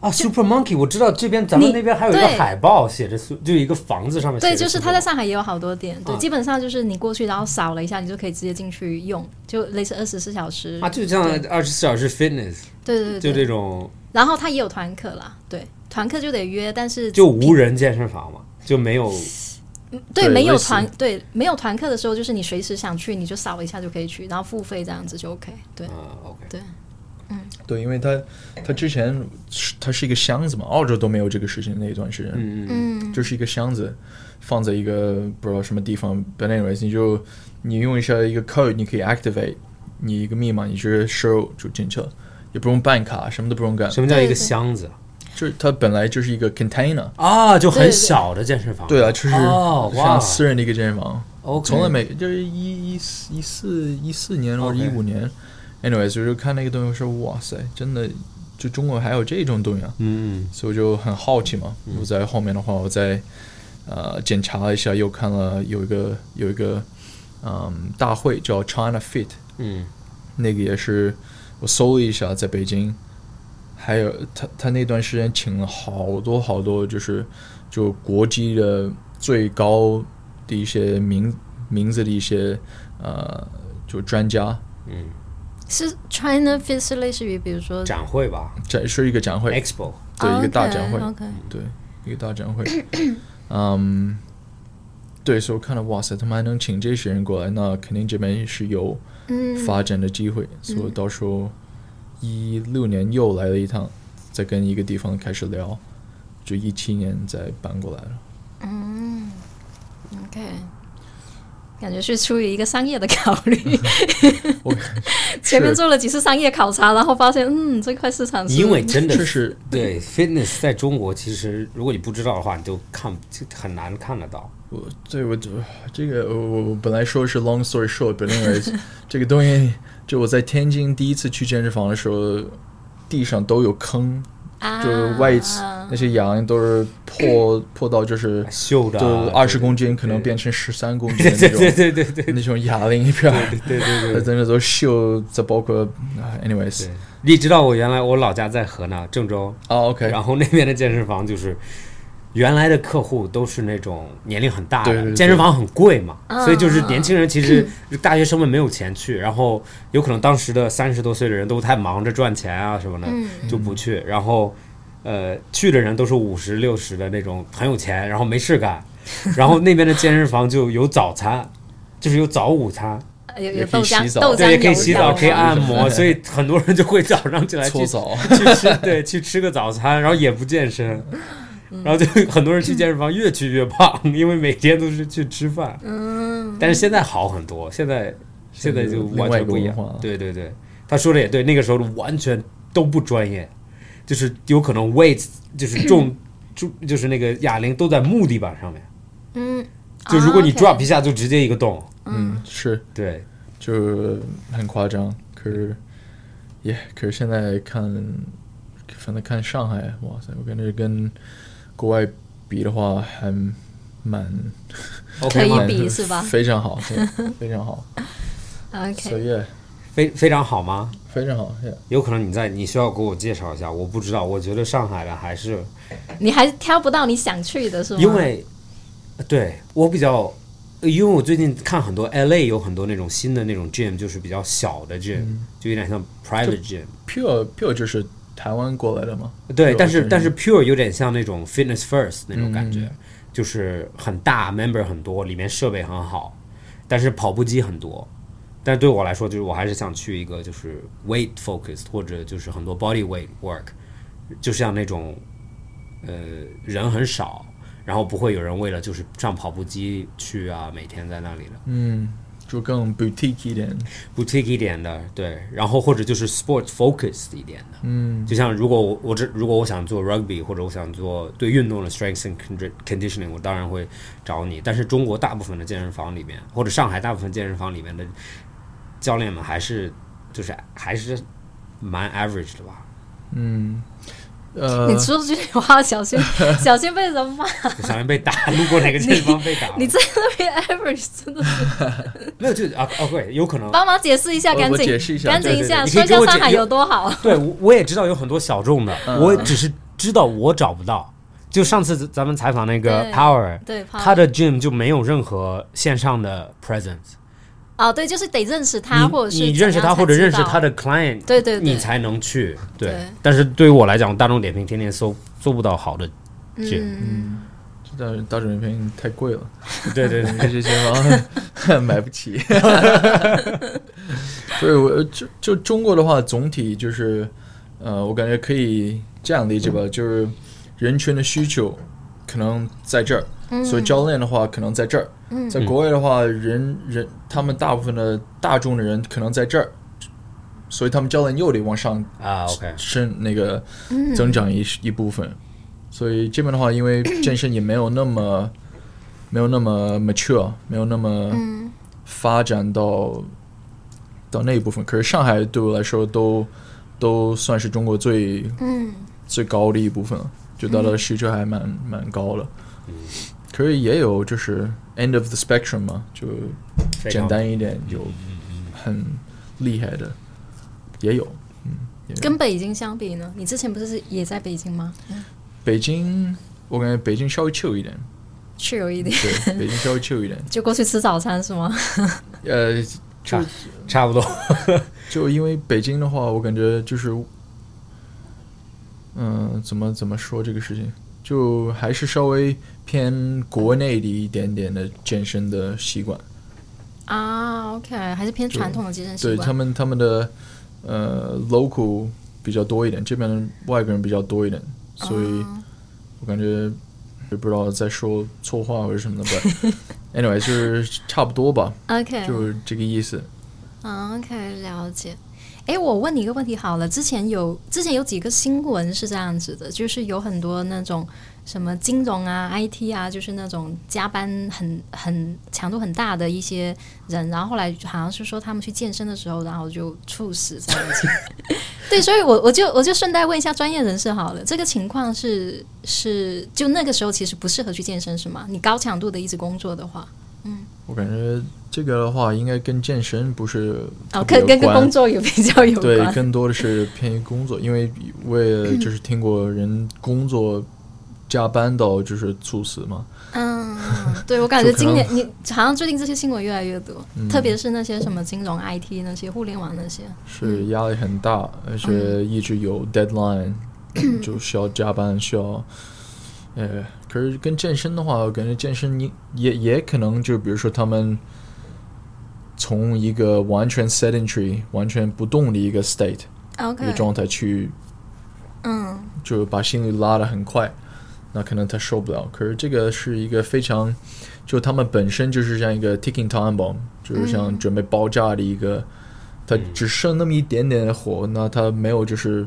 S3: 啊？Super Monkey，我知道这边咱们
S4: 你
S3: 那边还有一个
S4: 对
S3: 海报写着 su- 就一个房子上面写
S4: 对，
S3: 着
S4: 就是它
S3: Super
S4: 在
S3: Monkey
S4: 上海也有好多店，
S2: 嗯
S4: 对，
S3: 啊
S4: 基本上就是你过去然后扫了一下，你就可以直接进去用，就类似二十四小时
S3: 啊，就像二十四小时 fitness，
S4: 对对
S3: 就
S4: 对对。
S3: 这种
S4: 然后它也有团课啦，对，团课就得约，但是
S3: 就无人健身房嘛，就没有
S4: 对
S2: 对
S4: 没有
S2: 类似
S4: 团对没有团课的时候，就是你随时想去你就扫一下就可以去，然后付费这样子就 OK，对
S3: 啊 OK
S4: 对。
S2: 对，因为它它之前是它是一个箱子嘛，澳洲都没有这个事情那一段时间，
S3: 嗯嗯
S4: 嗯，
S2: 就是一个箱子放在一个不知道什么地方，but anyways，你就你用一下一个 code，你可以 activate 你一个密码，你直接输入就进去了，也不用办卡，什么都不用干，
S3: 什么叫一
S4: 对
S3: 个
S4: 对
S3: 箱子
S2: 就是它本来就是一个 container，
S3: 啊？就
S4: 对
S3: 很
S4: 对
S3: 小的健身房，
S2: 对啊，就是
S3: 哦哇
S2: 像私人的一个健身房，
S3: ，OK，
S2: 从来没就是一一四一四一四年或者
S3: OK
S2: 一五年，anyways，就是看那个东西我说哇塞，真的就中国还有这种东西啊。
S3: 嗯
S2: 所以我就很好奇嘛。我在后面的话，我再呃检查了一下，又看了有一个有一个嗯大会叫 China Fit，
S3: 嗯
S2: 那个也是我搜了一下，在北京，还有他他那段时间请了好多好多，就是就国际的最高的一些名名字的一些呃就专家，
S3: 嗯
S4: 是 China Fit 是类似于比如说
S3: 嗯，展会吧
S2: 展是一个展会，
S3: ，Expo，
S2: 对一个大展会。
S4: OK，
S2: 对，一个大展会。 嗯，对，所以我看到，哇塞，他们还能请这些人过来，那肯定这边是有
S4: 嗯，
S2: 发展的机会。所以我到时候一六年又来了一趟，再跟一个地方开始聊，就一七年再搬过来了。
S4: 嗯，OK，感觉是出于一个商业的考虑。
S2: 我
S4: 前面
S2: 是
S4: 做了几次商业考察，然后发现，嗯，这块市场是
S3: 因为真的
S2: 这是
S3: 对 fitness 在中国，其实如果你不知道的话，你就看就很难看得到。
S2: 我对我就这个我我我本来说是 long story short，本来 这个东西，就我在天津第一次去健身房的时候，地上都有坑，
S4: 啊，
S2: 就是外侧那些羊都是 破破到就是
S3: 秀的啊
S2: 都二十公斤，可能变成十三公斤的 那种，对对对对那种哑铃一片儿，
S3: 对对对
S2: 那真的都秀，再包括啊，anyways，
S3: 对，你知道我原来我老家在河南郑州，
S2: 哦，OK，
S3: 然后那边的健身房就是原来的客户都是那种年龄很大的，
S2: 对对对
S3: 健身房很贵嘛，
S4: 嗯
S3: 所以就是年轻人其实大学生们没有钱去，然后有可能当时的三十多岁的人都太忙着赚钱啊什么的，就不去，然后。呃，去的人都是五十六十的那种，很有钱，然后没事干，然后那边的健身房就有早餐，就是有早午餐，
S4: 有
S2: 也
S4: 有
S2: 可
S4: 豆
S2: 以
S4: 浆
S2: 洗，澡
S4: 豆
S3: 对，
S4: 浆
S3: 也可以
S4: 油
S3: 洗
S4: 条
S3: 澡，可以
S4: 啊
S3: 按摩，所以很多人就会早上起来去
S2: 搓澡，
S3: 去吃，对，去吃个早餐，然后也不健身，
S4: 嗯
S3: 然后就很多人去健身房越去越胖， 因为每天都是去吃饭。
S4: 嗯，
S3: 但是现在好很多，现在现在
S2: 现在
S3: 就
S2: 有
S3: 完
S2: 另外一
S3: 全
S2: 个
S3: 不一
S2: 文化
S3: 样
S2: 了。
S3: 对对对，他说的也对，那个时候完全都不专业，就是有可能 weight 就是 重重就是那个哑铃都在木地板上面，
S4: 嗯，
S3: 就如果你
S4: 啊
S3: drop 一下就直接一个洞。
S2: 嗯，是
S3: 对，
S2: 就很夸张，可是也可是现在看，反正看上海，哇塞，我感觉跟国外比的话还蛮
S4: 可
S3: OK
S4: 以
S3: 吗
S2: 蛮
S4: 比是吧
S2: 非常好，对 非常好，
S4: ，OK，
S2: 所以
S3: 非非常好吗？
S2: 非常好，yeah
S3: 有可能你在你需要给我介绍一下，我不知道。我觉得上海的还是
S4: 你还挑不到你想去的是吗？
S3: 因为，对我比较，因为我最近看很多 LA 有很多那种新的那种 gym，就是比较小的 gym，、就有点像 private gym。
S2: pure pure 就是台湾过来的嘛，
S3: 对，
S2: pure
S3: 但是
S2: 就嗯
S3: 但是 pure 有点像那种 fitness first 那种感觉，就是很大，member 很多，里面设备很好，但是跑步机很多。但对我来说，就是我还是想去一个就是 weight focused，或者就是很多 body weight work，就像那种呃人很少，然后不会有人为了就是上跑步机去啊，每天在那里的
S2: 嗯，就更 boutique 一点，
S3: boutique 一点的，对，然后或者就是 sport focused 一点的。
S2: 嗯，
S3: 就像如果我我这如果我想做 rugby 或者我想做对运动的 strength and condi- conditioning，我当然会找你。但是中国大部分的健身房里面，或者上海大部分健身房里面的教练们还是就是还是蛮 average 的吧，
S2: 嗯呃，
S4: 你说 这句话 小心小心被人骂，
S3: 就小心被 打，路过哪个健身房被打了
S4: 你在 那边 average 真的是，
S3: 没有就啊哦对，有可能
S4: 帮忙解释一下，
S2: 我
S4: 赶
S2: 我
S4: 紧
S2: 解释一下
S4: 赶紧一
S3: 对对对
S4: 下，说一
S3: 你可以
S4: 下
S3: 给我
S4: 上海
S3: 解
S4: 有多好。
S3: 对，我我也知道有很多小众的，
S4: 嗯
S3: 我只是知道我找不到。就上次咱咱们采访那个
S4: 对
S3: Power，
S4: 对，怕
S3: 他的 gym 就没有任何线上的 presence。
S4: 哦，对，就是得认识他，
S3: 你
S4: 或者是
S3: 你认识
S4: 怎
S3: 他
S4: 样才
S3: 或者认识
S4: 知道
S3: 他，的 client，
S4: 对对对
S3: 你才能去。对，
S4: 对
S3: 但是对于我来讲，大众点评天天搜搜不到好的
S4: 嗯
S3: gym，、
S2: 这大大众点评太贵了，
S3: 对对对，
S2: 这些健身房买不起。所以我就就中国的话，总体就是，呃，我感觉可以这样理解吧，就是人群的需求可能在这儿，所以教练的话可能在这儿，在国外的话，人人他们大部分的大众的人可能在这儿，所以他们教练又得往上
S3: 啊，OK，
S2: 升那个增长一、一部分，所以这边的话，因为健身也没有那么没有那么 mature，没有那么
S4: 嗯
S2: 发展到、到那一部分。可是上海对我来说都都算是中国最
S4: 嗯，
S2: 最高的一部分了，就它的需求还蛮、蛮高的。可是也有就是 end of the spectrum 嘛，就
S3: 非常嗯
S2: 简单一点，有很厉害的也有。
S4: 跟北京相比呢，你之前不是也在北京吗？
S2: 北京，我感觉北京稍微 chill 一点，
S4: 去有一点，
S2: 对，北京稍微 chill 一点。
S4: 就过去吃早餐是吗？
S2: 呃，就
S3: 差不多。
S2: 就因为北京的话，我感觉就是，嗯、怎么怎么说这个事情，就还是稍微偏国内的一点点的健身的习惯。
S4: 啊，OK，还是偏传统的健身习
S2: 对
S4: 惯
S2: 他。们他们的呃 local 比较多一点，这边的外国人比较多一点，所以
S4: 哦
S2: 我感觉也不知道在说错话或者什么的吧。anyway，就是差不多吧，
S4: OK，
S2: 就是这个意思。
S4: 嗯，OK，了解。哎，我问你一个问题好了，之前有之前有几个新闻是这样子的，就是有很多那种什么金融啊、IT 啊，就是那种加班很很强度很大的一些人，然后后来好像是说他们去健身的时候，然后就猝死这样 子。对，所以我我就我就顺带问一下专业人士好了，这个情况是是就那个时候其实不适合去健身是吗？你高强度的一直工作的话，
S2: 我感觉这个的话，应该跟健身不是
S4: 哦，
S2: 特别
S4: 跟跟
S2: 有
S4: 跟
S2: 关
S4: 工作有比较有
S2: 对，
S4: 关。
S2: 更多的是偏于工作，因为我也就是听过人工作加班到就是猝死嘛。
S4: 嗯，对，我感觉
S2: 就可
S4: 今
S2: 能嗯
S4: 年你好像最近这些新闻越来越多，特别是那些什么金融、IT 那些、互联网那些。
S2: 是压力很大，而且一直有 deadline，、就需要加班，需要。呃，可是跟健身的话，我感觉健身你也也可能就比如说他们从一个完全 sedentary、完全不动的一个 state 一个
S4: OK，
S2: 状态去，
S4: 嗯
S2: 就把心率拉得很快，那可能他受不了。可是这个是一个非常，就他们本身就是像一个 ticking time bomb，就是像准备爆炸的一个，他只剩那么一点点的火，那他没有就是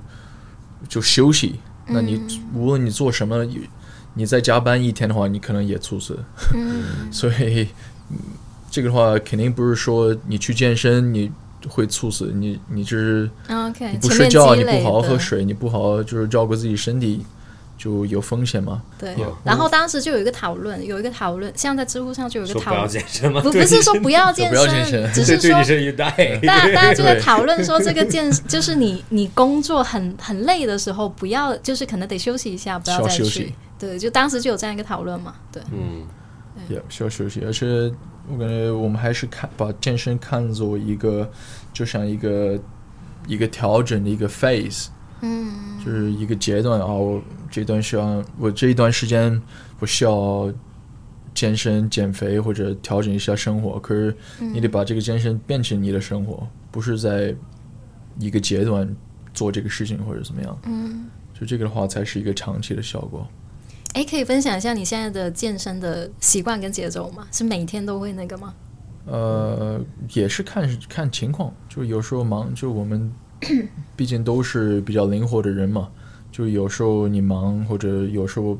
S2: 就休息，那你无论你做什么，你再加班一天的话，你可能也猝死。
S4: 嗯
S2: 所以嗯这个的话，肯定不是说你去健身你会猝死，你你就是。
S4: 嗯，OK，
S2: 你不
S4: 哎前
S2: 睡
S4: 面积
S2: 觉，你不
S4: 累
S2: 好好
S4: 的
S2: 喝，水，你不好好就是照顾自己身体，就有风险嘛。
S4: 对
S2: 有。
S4: 然后当时就有一个讨论，有一个讨论，像在知乎上就有一个
S3: 说
S4: 讨
S3: 不要
S4: 论，
S3: 健身吗？
S4: 不
S3: 对
S4: 不是说不要
S2: 说
S4: 健
S2: 不要健身
S4: 只
S3: 对
S4: 是
S3: 对
S4: 说
S3: 你是一代，
S4: 大家大家就在
S2: 对
S4: 讨论说，这个健 就是你你工作很很累的时候，不要就是可能得休息一下，不要
S2: 需要
S4: 再
S2: 休
S4: 去
S2: 息。
S4: 对，就当时就有这样一个讨论嘛。对，
S3: 嗯，
S2: 也需要休息，而且我感觉我们还是看把健身看作一个，就像一个一个调整的一个 phase，
S4: 嗯
S2: 就是一个阶段啊。我这段需要，我这一段时间我需要健身、减肥或者调整一下生活。可是
S4: 嗯
S2: 你得把这个健身变成你的生活，不是在一个阶段做这个事情或者怎么样。
S4: 嗯。
S2: 就这个的话，才是一个长期的效果。
S4: 哎，可以分享一下你现在的健身的习惯跟节奏吗？是每天都会那 个吗？
S2: 呃，也是看看情况，就有时候忙，就我们毕竟都是比较灵活的人嘛，就有时候你忙，或者有时候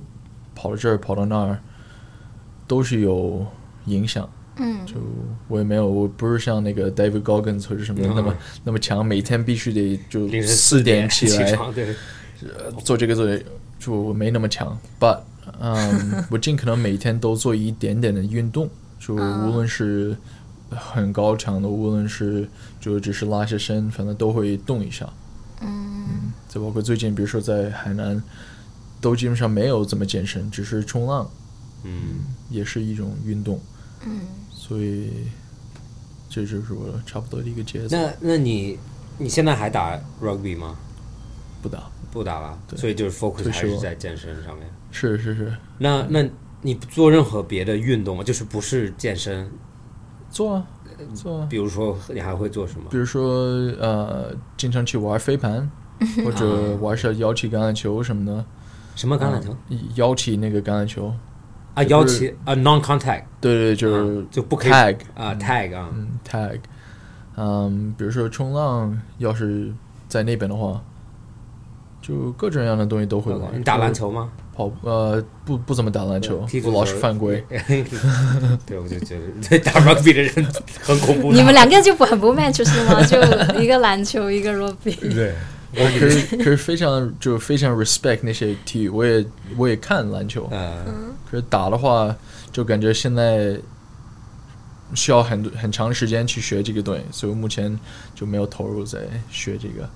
S2: 跑到这儿跑到那儿，都是有影响。
S4: 嗯，
S2: 就我也没有，我不是像那个 David Goggins 或者什么的那么、那么强，每天必须得就
S3: 嗯凌晨
S2: 四
S3: 点
S2: 嗯起来，
S3: 床，对，
S2: 做这个做那个，就我没那么强，but 嗯， 我尽可能每天都做一点点的运动，就无论是很高强的，无论是就只是拉些伸，反正都会动一下。嗯，再包括最近，比如说在海南，都基本上没有怎么健身，只是冲浪
S3: 嗯，
S2: 也是一种运动。嗯，所以这就是我差不多的一个节奏。
S3: 那那你你现在还打 rugby 吗？
S2: 不打，
S3: 不打了，
S2: 对
S3: 所以就是 focus
S2: 退
S3: 还
S2: 休
S3: 是
S2: 了
S3: 在健身上面。
S2: 是是是，
S3: 那那你不做任何别的运动吗？就是不是健身？
S2: 做啊做啊。
S3: 比如说你还会做什么
S2: 比？如说呃，经常去玩飞盘，或者玩一下腰旗橄榄球什么的，
S3: 什么橄榄球
S2: 腰旗那个橄榄球，
S3: 啊？
S2: 也
S3: 腰
S2: 不是
S3: 旗啊？non contact
S2: 对对，就是、
S3: 啊就不可以
S2: tag，
S3: 啊？tag 啊？
S2: 嗯 tag，嗯，比如说冲浪，要是在那边的话，就各种各样的东西都会玩。
S3: 你嗯打篮球吗？
S2: 跑呃不不怎么打篮球
S3: 踢，足
S2: 哦我
S3: 球
S2: 老是犯规。
S3: 对，我就觉得 对打 rugby 的人很恐怖。
S4: 你们两个就不很不 match 是吗？就一个篮球，一个 rugby。
S3: 对，
S2: 我可是可是非常就非常 respect 那些体育，我也我也看篮球，
S3: 呃，
S2: 可是打的话，就感觉现在需要很多很长时间去学这个东西，所以目前就没有投入在学这个。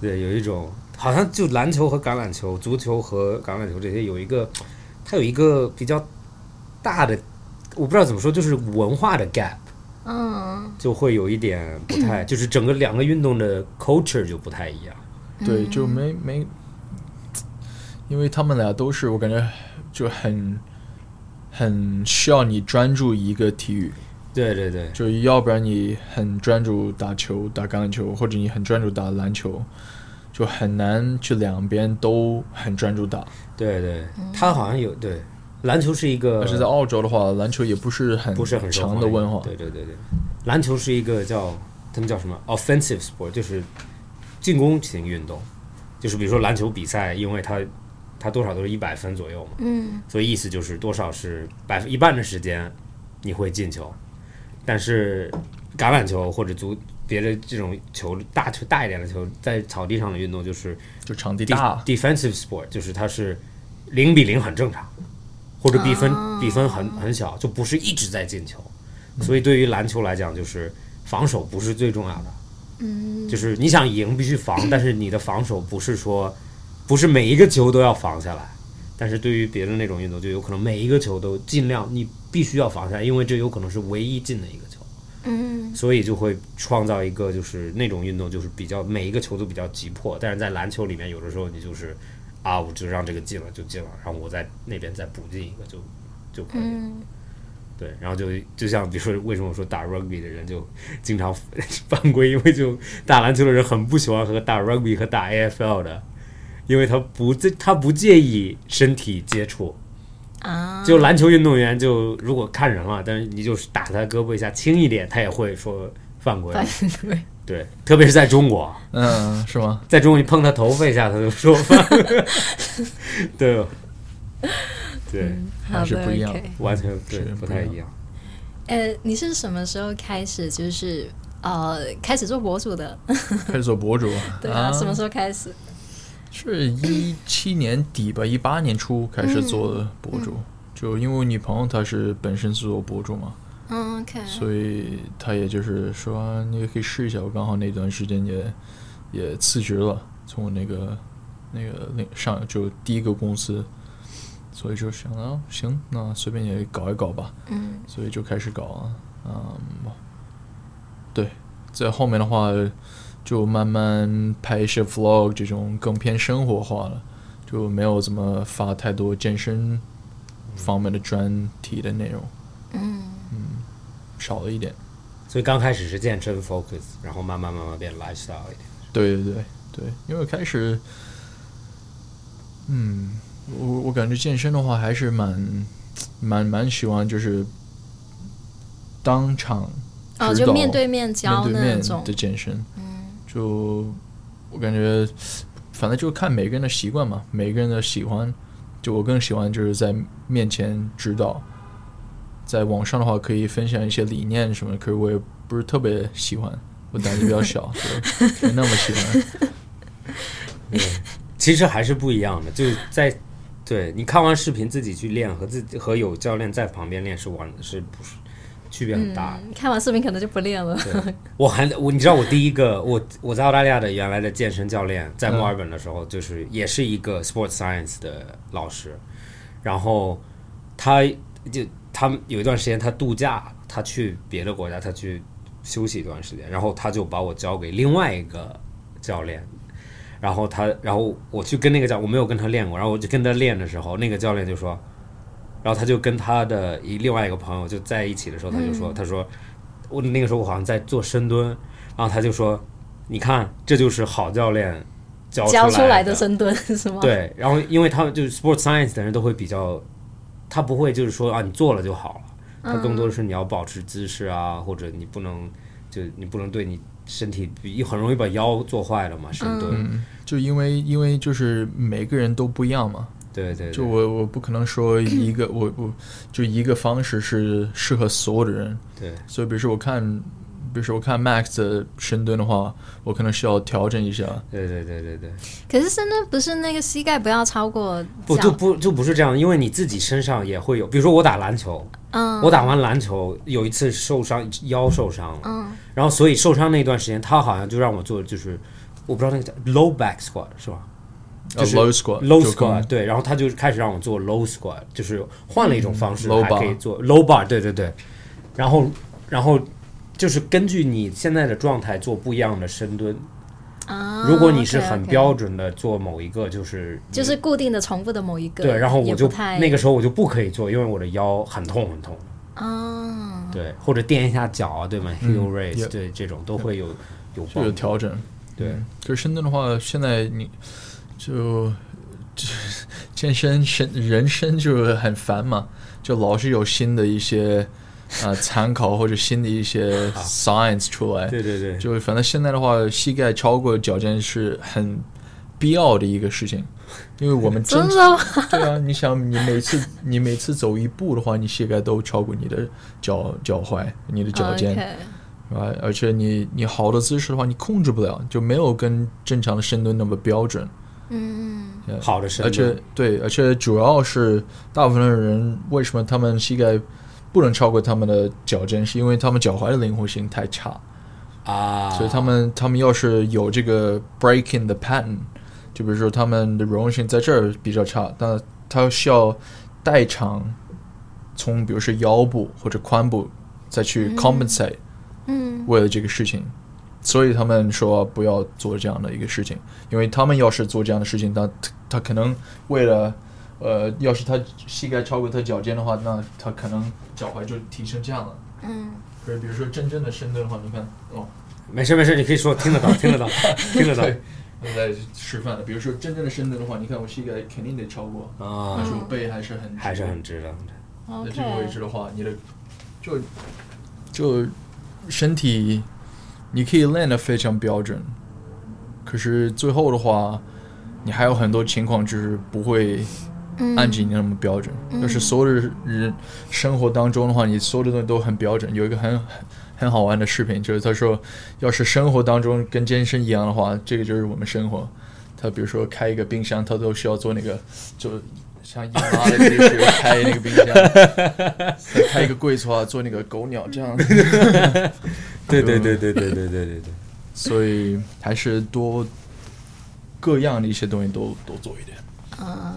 S3: 对，有一种好像就篮球和橄榄球、足球和橄榄球这些有一个，它有一个比较大的，我不知道怎么说，就是文化的 gap。
S4: 嗯，
S3: 就会有一点不太，就是整个两个运动的 culture 就不太一样。
S2: 对，就没没，因为他们俩都是我感觉就很很需要你专注一个体育，
S3: 对对对，
S2: 就要不然你很专注打球、打橄榄球，或者你很专注打篮球，就很难去两边都很专注打。
S3: 对对，他好像有对篮球是一个
S2: 但是在澳洲的话，篮球也不是很
S3: 不是很受
S2: 强
S3: 欢
S2: 的
S3: 迎
S2: 文化。
S3: 对对对对，篮球是一个叫他们叫什么 offensive sport，就是进攻型运动，就是比如说篮球比赛，因为它它多少都是一百分左右嘛，
S1: 嗯，
S3: 所以意思就是多少是百分一半的时间你会进球，但是橄榄球或者足别的这种球大球大一点的球，在草地上的运动就是
S2: 就场地
S3: de-
S2: 大，
S3: defensive sport，就是它是零比零很正常，或者比分、比分很很小，就不是一直在进球。所以对于篮球来讲，就是防守不是最重要的，嗯，就是你想赢必须防，但是你的防守不是说不是每一个球都要防下来。但是对于别的那种运动，就有可能每一个球都尽量你必须要防下来，因为这有可能是唯一进的一个球。嗯，所以就会创造一个就是那种运动，就是比较每一个球都比较急迫。但是在篮球里面，有的时候你就是啊，我就让这个进了就进了，然后我在那边再补进一个就就可以了。对，然后就就像比如说，为什么我说打 rugby 的人就经常 犯规，因为就打篮球的人很不喜欢和打 rugby 和打 AFL 的，因为他不介他不介意身体接触。
S4: 啊，
S3: 就篮球运动员就如果看人了，但是你就是打他胳膊一下轻一点，他也会说犯规。
S4: 对，
S3: 对，特别是在中国，
S2: 嗯，是吗？
S3: 在中国你碰他头发一下，他就说犯规。对，对，
S4: 好
S2: 还是
S4: 的
S2: 不一样
S4: OK
S3: 完全对
S2: 是
S3: 不
S2: 不
S3: 太
S2: 一
S3: 一样。
S4: 呃，你是什么时候开始就是呃开始做博主的？，
S2: 开始做博主
S4: 对啊，什么时候开始？
S2: 是一七年底吧，一八年初开始做的博主，就因为我女朋友她是本身是做博主嘛，
S4: 嗯，OK，
S2: 所以她也就是说啊你也可以试一下。我刚好那段时间也也辞职了，从我那个那个那上就第一个公司，所以就想啊行，那随便也搞一搞吧，
S1: 嗯，
S2: 所以就开始搞了。嗯，对，在后面的话就慢慢拍一些 vlog 这种更偏生活化了，就没有怎么发太多健身方面的专题的内容。嗯少了一点。
S3: 所以刚开始是健身 focus，然后慢慢慢慢变 lifestyle 一点。
S2: 对对对对，因为开始，嗯，我我感觉健身的话还是蛮蛮蛮喜欢，就是当场
S4: 哦，
S2: 指
S4: 就
S2: 导
S4: 面对面教
S2: 面对
S4: 那
S2: 面
S4: 种嗯
S2: 的，健身，就我感觉，反正就看每个人的习惯嘛，每个人的喜欢。就我更喜欢就是在面前指导，在网上的话可以分享一些理念什么的，可是我也不是特别喜欢，我胆子比较小，就 没那么喜欢。
S3: 其实还是不一样的，就是在对你看完视频自己去练和自己和有教练在旁边练是完是不是区别很大的。
S4: 嗯看完视频可能就不练了。
S3: 对，我还我你知道我第一个我我在澳大利亚的原来的健身教练，在墨尔本的时候，就是也是一个 sports science 的老师，然后他就他们有一段时间他度假，他去别的国家，他去休息一段时间，然后他就把我交给另外一个教练。然后他，然后我去跟那个教，我没有跟他练过，然后我就跟他练的时候，那个教练就说，然后他就跟他的一另外一个朋友就在一起的时候，他就说，他说我那个时候我好像在做深蹲，然后他就说：“你看，这就是好教练教
S4: 教
S3: 出
S4: 来
S3: 的
S4: 的深蹲是吗？，
S3: 对，然后因为他们就是 sports science 的人都会比较，他不会就是说啊你做了就好了，
S4: 嗯
S3: 他更多的是你要保持姿势啊，或者你不能就你不能对你身体比很容易把腰做坏了
S4: 嗯
S3: 嘛，深蹲，
S2: 就因为因为就是每个人都不一样嘛，
S3: 对对
S2: 就
S3: 对
S2: 我我不可能说一个我我就一个方式是适合所有的人，
S3: 对，
S2: 所以比如说我看，比如说我看 Max 的深蹲的话，我可能需要调整一下，
S3: 对对对对对，
S4: 可是深蹲不是那个膝盖不要超过
S3: 不
S4: 脚
S3: 就不就不是这样，因为你自己身上也会有，比如说我打篮球，
S4: 嗯
S3: 我打完篮球有一次受伤腰受伤了，
S4: 嗯
S3: 然后所以受伤那段时间，他好像就让我做就是我不知道那个叫 low back squat 是吧
S2: 呃
S3: 就是
S2: low squat
S3: ？low
S2: 就更
S3: squat 对，然后他就开始让我做 low squat，就是换了一种方式，
S2: 嗯，low
S3: 还可以做 low bar，对对对，然后然后就是根据你现在的状态做不一样的深蹲。
S4: 啊，
S3: 如果你是很
S4: OK，OK
S3: 标准的做某一个，就是你
S4: 就是固定的重复的某一个，
S3: 对，然后我
S4: 也
S3: 就
S4: 不太
S3: 那个时候我就不可以做，因为我的腰很痛很痛。
S4: 啊，嗯
S3: 对，或者垫一下脚啊，对吗？Heel raise，
S2: ，yep
S3: 对这种都会有有
S2: 嗯就
S3: 帮
S2: 有
S3: 助。
S2: 调整。
S3: 嗯
S2: 嗯
S3: 对，
S2: 可是深圳的话，现在你就就健身身人生就很烦嘛，就老是有新的一些啊、呃参考或者新的一些
S3: 啊
S2: science 出来。
S3: 对对对，
S2: 就反正现在的话，膝盖超过脚尖是很必要的一个事情，因为我们
S4: 真
S2: 正
S4: 的吗？
S2: 对啊，你想你每次你每次走一步的话，你膝盖都超过你的脚脚踝、你的脚尖。
S4: OK，
S2: 啊，而且你你好的姿势的话，你控制不了，就没有跟正常的深蹲那么标准。
S4: 嗯，
S2: 呃
S3: 好的深
S2: 而且
S3: 蹲
S2: 对，而且主要是大部分的人为什么他们膝盖不能超过他们的脚尖，是因为他们脚踝的灵活性太差，
S3: 啊，
S2: 所以他们他们要是有这个 breaking the pattern，就比如说他们的柔韧性在这儿比较差，那他需要代偿从比如说腰部或者髋部再去 compensate。
S4: 嗯
S2: 为了这个事情，所以他们说不要做这样的一个事情，因为他们要是做这样的事情，他他可能为了呃，要是他膝盖超过他脚尖的话，那他可能脚踝就提升这样了。
S4: 嗯，
S2: 可是比如说真正的深蹲的话，你看哦，
S3: 没事没事，你可以说，听得到， 听得到，听得
S2: 对
S3: 到，
S2: 我在示范了。比如说真正的深蹲的话，你看我膝盖肯定得超过，但
S3: 啊，
S2: 是我背还是很
S3: 还是很值的。
S2: 在这个位置
S4: ，OK，
S2: 的话，你的就就身体你可以练得非常标准，可是最后的话，你还有很多情况就是不会
S4: 嗯
S2: 按照你那么标准。就是所有的人生活当中的话，你所有的东西都很标准。有一个很很很好玩的视频，就是他说，要是生活当中跟健身一样的话，这个就是我们生活。他比如说开一个冰箱，他都需要做那个，就像姨妈的姿势开那个冰箱，再开一个柜子的话做那个狗鸟这样。
S3: 对对对对对对对 对对，
S2: 所以还是多各样的一些东西都都做一点，
S4: 嗯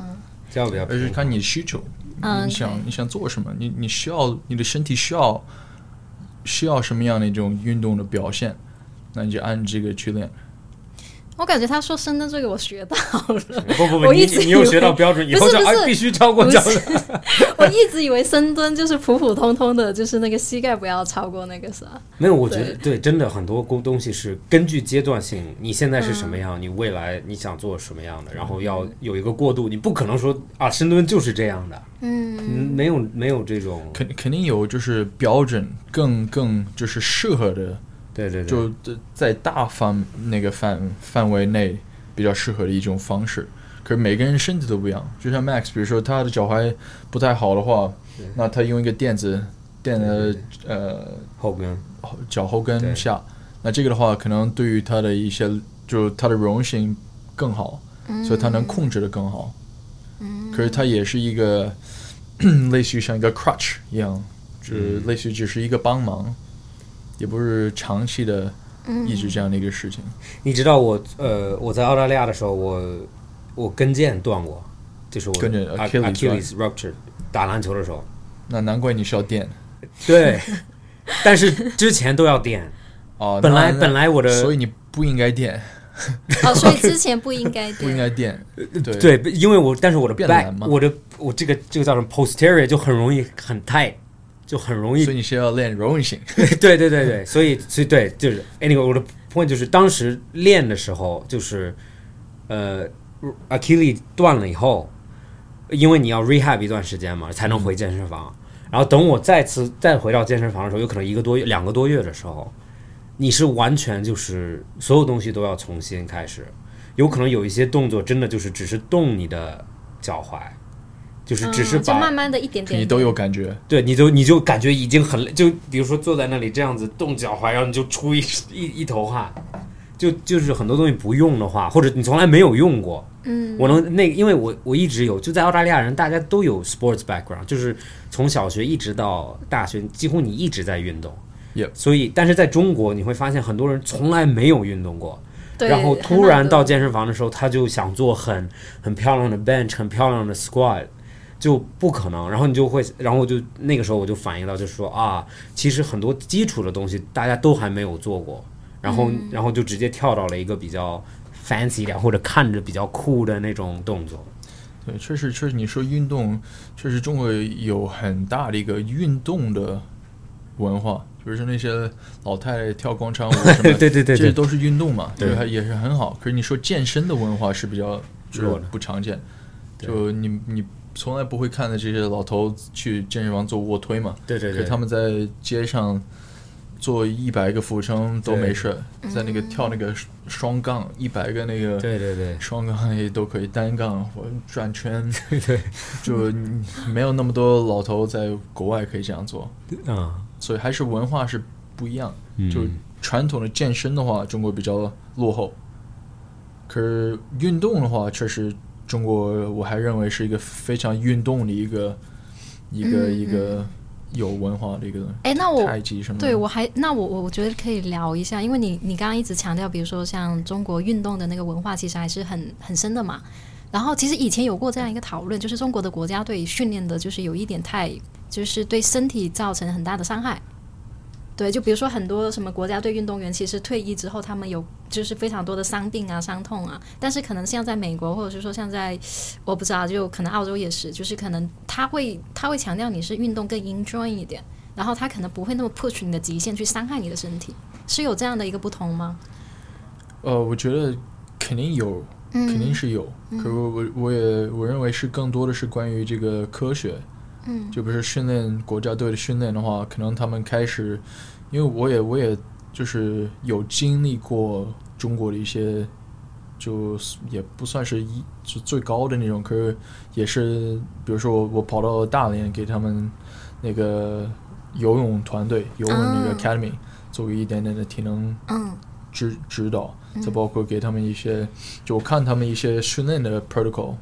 S3: 这样比较
S2: 而
S3: 平
S2: 是
S3: 衡。
S2: 看你需求，
S4: 嗯
S2: 你想
S4: OK
S2: 你想做什么，你你需要你的身体需要需要什么样的一种运动的表现，那你就按这个去练。
S4: 我感觉他说深蹲这个我学到 了，
S3: 不不不，
S4: 我
S3: 你
S4: 一直
S3: 你
S4: 以
S3: 有
S4: 为
S3: 学到标准，以
S4: 不
S3: 后
S4: 是
S3: 就
S4: 不
S3: 哎
S4: 是
S3: 必须超过
S4: 不
S3: 这样
S4: 是
S3: 的。
S4: 我一直以为深蹲就是普普通通的，就是那个膝盖不要超过那个啥。
S3: 没有，我觉得对，真的很多东东西是根据阶段性，你现在是什么样，
S4: 嗯
S3: 你未来你想做什么样的，然后要有一个过渡，你不可能说啊深蹲就是这样的，
S4: 嗯
S3: 嗯，没有没有这种，
S2: 肯肯定有就是标准更更就是适合的，
S3: 对对对，
S2: 就在在大范那个范范围内比较适合的一种方式。可是每个人身体都不一样，就像 Max，比如说他的脚踝不太好的话，那他用一个垫子垫了呃
S3: 后跟
S2: 后脚后
S3: 对
S2: 跟下，那这个的话可能对于他的一些就他的柔韧性更好，
S3: 嗯
S2: 所以他能控制的更好。可是它也是一个 类似于像一个 crutch 一样，就是
S3: 嗯
S2: 类似于只是一个帮忙，也不是长期的一直这样的一个事情。
S3: 你知道我呃，我在澳大利亚的时候，我我跟腱断过，就是我
S2: 跟着
S3: Ach-
S2: Achilles
S3: Achilles rupture，打篮球的时候。
S2: 那难怪你需要垫
S3: 对，但是之前都要垫。
S2: 哦。
S3: 本来
S2: 那
S3: 本来我的
S2: 所以你不应该垫，
S4: 哦，所以之前不应该
S2: 不应
S4: 对，
S2: 该垫。对
S3: 呃对，因为我但是我的
S2: 变
S3: back，
S2: 懒吗
S3: 我的我这个这个叫什么 posterior 就很容易很 tight，就很容易
S2: 所以你是要练柔韧性。
S3: 对对对对，所以所以对，就是 anyway，我的 point 就是当时练的时候，就是呃，Achilles 断了以后，因为你要 rehab 一段时间嘛，才能回健身房。然后等我再次再回到健身房的时候，有可能一个多月、两个多月的时候，你是完全就是所有东西都要重新开始，有可能有一些动作真的就是只是动你的脚踝，就是只是
S4: 嗯就
S3: 把、
S4: 慢慢的一点点
S2: 你都有感觉，
S3: 对，你就你就感觉已经很累，就比如说坐在那里这样子动脚踝，然后你就出一一一头汗，就就是很多东西不用的话，或者你从来没有用过，
S4: 嗯
S3: 我能那个因为我我一直有，就在澳大利亚人大家都有 sports background，就是从小学一直到大学，几乎你一直在运动。
S2: Yep
S3: 所以，但是在中国你会发现很多人从来没有运动过，
S4: 对，
S3: 然后
S4: 很
S3: 突
S4: 难
S3: 然
S4: 得
S3: 到健身房的时候，他就想做很很漂亮的 bench，很漂亮的 squat，就不可能。然后你就会，然后我就那个时候我就反应到，就是说啊，其实很多基础的东西大家都还没有做过，然后、然后就直接跳到了一个比较 fancy 一点或者看着比较酷的那种动作。
S2: 对，确实确实，你说运动，确实中国有很大的一个运动的文化，比如说那些老太太跳广场舞什么，
S3: 对对
S2: 这
S3: 对对
S2: 些都是运动嘛，
S3: 对
S2: 这个还也是很好。可是你说健身的文化是比较就是
S3: 弱的
S2: 不常见，
S3: 对
S2: 就你你从来不会看到这些老头去健身房做卧推嘛，
S3: 对对
S2: 可
S3: 对，
S2: 他们在街上做一百个俯冲都
S3: 对
S2: 没事，在那个跳那个双杠一百个那个
S3: 对对对
S2: 双杠也都可以，单杠或者转圈，
S3: 对 对，
S2: 就没有那么多老头在国外可以这样做，
S3: 啊，
S2: 所以还是文化是不一样。
S3: 嗯
S2: 就传统的健身的话，中国比较落后，可是运动的话，确实中国我还认为是一个非常运动的一个一个、
S4: 嗯
S2: 一个有文化的一个东西。
S4: 哎，那我
S2: 太极什么的？
S4: 对，我还那我我我觉得可以聊一下，因为你你刚刚一直强调，比如说像中国运动的那个文化，其实还是很很深的嘛。然后其实以前有过这样一个讨论，就是中国的国家队训练的，就是有一点太，就是对身体造成很大的伤害。对，就比如说很多什么国家队运动员，其实退役之后，他们有就是非常多的伤病啊、伤痛啊。但是可能像在美国，或者是说像在我不知道，就可能澳洲也是，就是可能他会他会强调你是运动更 enjoy 一点。然后他可能不会那么 push 你的极限去伤害你的身体，是有这样的一个不同吗？
S2: 呃，我觉得肯定有，
S4: 嗯
S2: 肯定是有。可是我我我也我认为是更多的是关于这个科学，
S4: 嗯
S2: 就比如说训练国家队的训练的话，可能他们开始，因为我也我也就是有经历过中国的一些，就是也不算是一就最高的那种，可是也是，比如说我我跑到大连给他们那个游泳团队游泳那个
S4: 啊
S2: academy、做一点点的体能
S4: 嗯
S2: 指指导，再包括给他们一些，就我看他们一些训练的 protocol，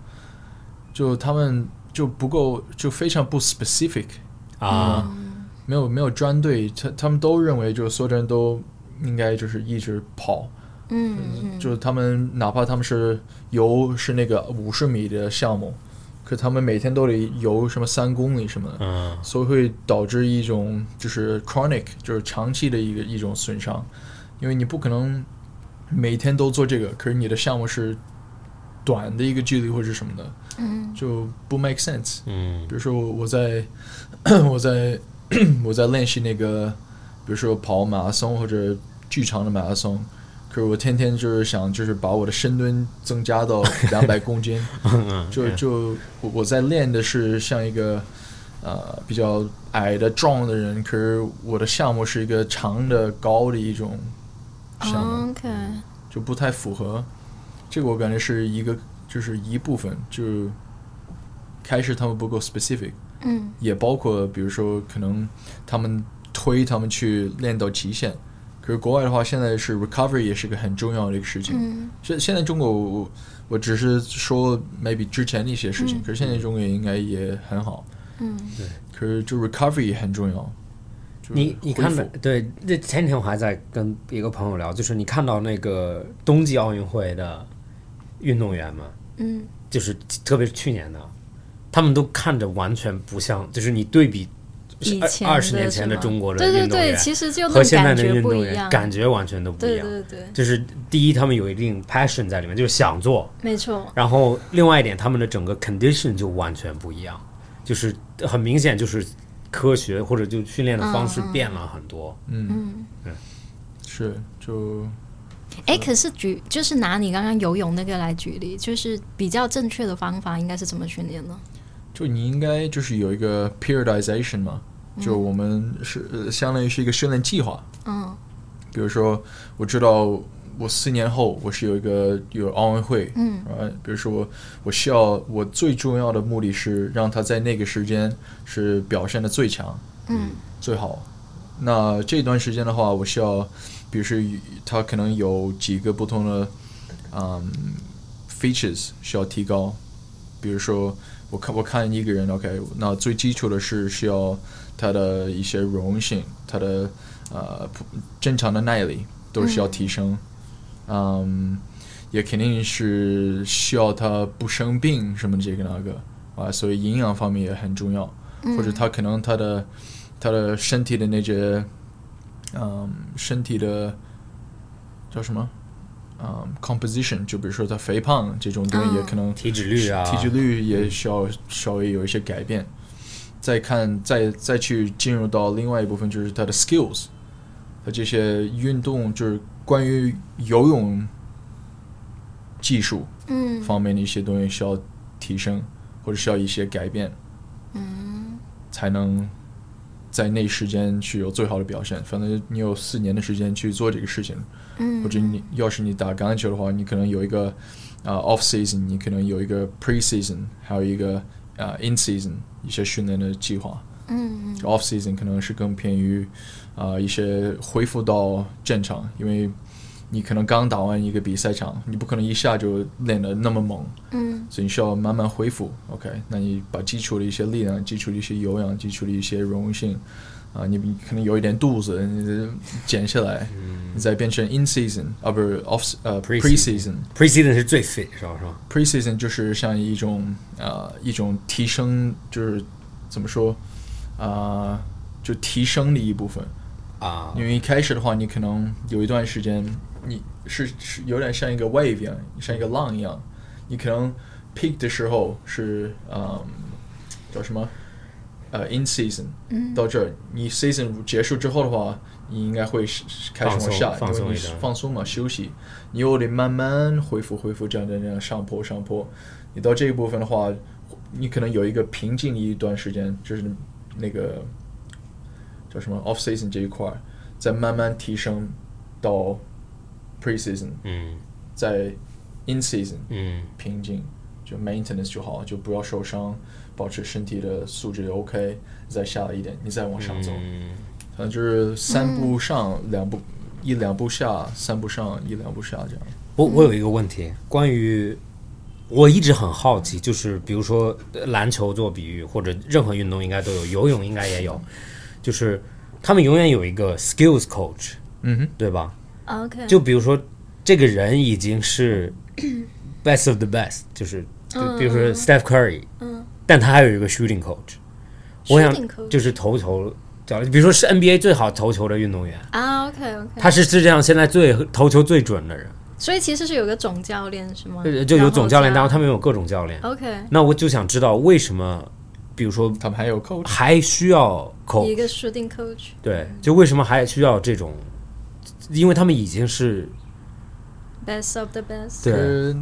S2: 就他们就不够，就非常不 specific，
S3: 啊，
S2: 没有没有专对，他他们都认为就是所有的人都应该就是一直跑，
S4: 嗯嗯
S2: 就是他们哪怕他们是游是那个五十米的项目，可他们每天都得游什么三公里什么的，
S3: 嗯
S2: 所以会导致一种就是 chronic，就是长期的一个一种损伤，因为你不可能每天都做这个，可是你的项目是短的一个距离或者什么的，
S4: 嗯
S2: 就不 make sense。
S3: 嗯
S2: 比如说我我在 我在 我在练习那个，比如说跑马拉松或者巨长的马拉松，可是我天天就是想就是把我的深蹲增加 到两百公斤，
S3: 嗯，
S2: 就就我我在练的是像一个呃比较矮的壮的人，可是我的项目是一个长的高的一种项目，
S4: 哦，OK，
S2: 就不太符合。这个我感觉是一个就是一部分，就开始他们不够 specific，
S4: 嗯
S2: 也包括比如说可能他们推他们去练到极限。可是国外的话，现在是 recovery 也是个很重要的一个事情。
S4: 嗯
S2: 现现在中国我，我我只是说 maybe 之前的一些事情，
S4: 嗯
S2: 可是现在中国也应该也很好，
S4: 嗯
S2: 可是就 recovery 也很重要。就是
S3: 你你
S2: 恢
S3: 看
S2: 复
S3: 到对，这前几天我还在跟一个朋友聊，就是你看到那个冬季奥运会的运动员吗？
S4: 嗯
S3: 就是特别是去年的，他们都看着完全不像，就是你对比
S4: 以前
S3: 二十年
S4: 的
S3: 前
S4: 是
S3: 的
S4: 吗
S3: 中国的
S4: 对对
S3: 运动
S4: 对，
S3: 员
S4: 其实就那
S3: 和
S4: 种
S3: 现在
S4: 感
S3: 的
S4: 觉
S3: 运
S4: 不
S3: 动
S4: 一
S3: 员
S4: 样，
S3: 感觉完全都不一
S4: 对
S3: 样。
S4: 对对，
S3: 就是第一，他们有一定 passion 在里面，就是想做；
S4: 没错，
S3: 然后另外一点，他们的整个 condition 就完全不一样，就是很明显就是科学或者就训练的方式变了很多。
S4: 嗯，
S2: 是就
S4: 哎，可是举就是拿你刚刚游泳那个来举例，就是比较正确的方法应该是怎么训练呢？
S2: 就你应该就是有一个 periodization 嘛，就我们是、呃相当于是一个训练计划。
S4: 嗯
S2: 比如说，我知道我四年后我是有一个有奥运会，
S4: 嗯
S2: 啊，比如说我我需要我最重要的目的是让他在那个时间是表现的最强，
S4: 嗯
S2: 最好。那这段时间的话，我需要，比如说它可能有几个不同的，嗯，features 需要提高。比如说，我看我看一个人，OK，那最基础的是需要他的一些柔性，他的呃普正常的耐力都是需要提升。嗯也肯定是需要他不生病什么这个那个啊，所以营养方面也很重要。或者他可能他的他的身体的那些，嗯，身体的叫什么？嗯，composition，就比如说他肥胖这种东西，也可能
S3: 体脂率啊，
S2: 体脂率也需要稍微有一些改变。再看再再去进入到另外一部分，就是他的 skills，他这些运动就是关于游泳技术
S1: 嗯
S2: 方面的一些东西需要提升，或者需要一些改变，
S1: 嗯
S2: 才能在那时间去有最好的表现。反正你有四年的时间去做这个事情，
S1: 嗯，
S2: 或者你要是你打橄榄球的话，你可能有一个啊、呃 off season，你可能有一个 pre season，还有一个啊、呃 in season 一些训练的计划。
S1: 嗯嗯
S2: off season 可能是更偏于啊、呃一些恢复到正常，因为你可能刚打完一个比赛场，你不可能一下就练得那么猛，
S1: 嗯
S2: 所以你需要慢慢恢复。OK，那你把基础的一些力量、基础的一些有氧、基础的一些柔性，啊、你你可能有一点肚子，你得减下来，你再变成 in season 啊，不是 off 呃
S3: Pre-season
S2: pre season。
S3: preseason 是最 fit 是吧？是吧？
S2: pre season 就是像一种呃一种提升，就是怎么说啊、呃就提升的一部分。
S3: 啊
S2: 因为一开始的话，你可能有一段时间，你是是有点像一个 wave 一样，像一个浪一样。你可能 peak 的时候是嗯叫什么呃 in season，、到这儿你 season 结束之后的话，你应该会是是开始往下，
S3: 放松
S2: 因为
S3: 放松一
S2: 你
S3: 点
S2: 放松嘛，休息，你又得慢慢恢复恢复，这样这样这样上坡上坡。你到这一部分的话，你可能有一个瓶颈一段时间，就是那个叫什么 off season 这一块儿，再慢慢提升到 pre season，
S3: 嗯
S2: 在 in season
S3: 嗯
S2: 瓶颈，就 maintenance 就好，就不要受伤，保持身体的素质 OK，再下来一点，你再往上走，
S3: 嗯
S2: 反正就是三步上、两步一两步下，三步上一两步下这样。
S3: 我我有一个问题，关于我一直很好奇，就是比如说呃篮球做比喻，或者任何运动应该都有，游泳应该也有，就是他们永远有一个 skills coach，
S2: 嗯哼，
S3: 对吧？
S4: 嗯
S1: ，OK，
S3: 就比如说这个人已经是 best of the best，就是比比如说 Steph Curry，
S1: 嗯，
S3: 但他还有一个 shooting coach，我想
S1: Shooting coach
S3: 就是投球。叫比如说是 NBA 最好投球的运动员，
S1: 啊，OK OK，
S3: 他是世界上现在最投球最准的人，
S4: 所以其实是有个总教练是吗
S3: 呃？就有总教练，然
S4: 嗯然
S3: 后
S4: 后哦
S3: 他们有各种教练。
S4: OK
S3: 那我就想知道为什么，比如说
S2: 他们还有 coach，
S3: 还需要口
S4: 一个设定 coach，
S3: 对，就为什么还需要这种？因为他们已经是
S4: best of the best。
S3: 对
S2: 呃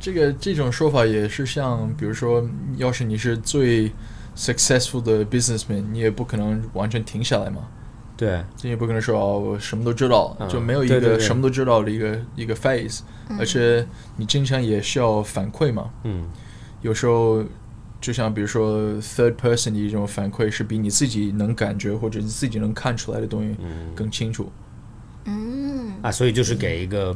S2: 这个这种说法也是像，比如说，要是你是最 successful 的 businessman，你也不可能完全停下来嘛。
S3: 对
S2: 这也不可能说哦，我什么都知道，
S3: 嗯
S2: 就没有一
S3: 对对
S2: 个
S3: 对
S2: 什么都知道的一个一个 phase，、而且你经常也需要反馈嘛。
S3: 嗯，
S2: 有时候就像比如说 third person 的一种反馈，是比你自己能感觉或者你自己能看出来的东西更清楚。
S1: 嗯
S3: 啊，所以就是给一个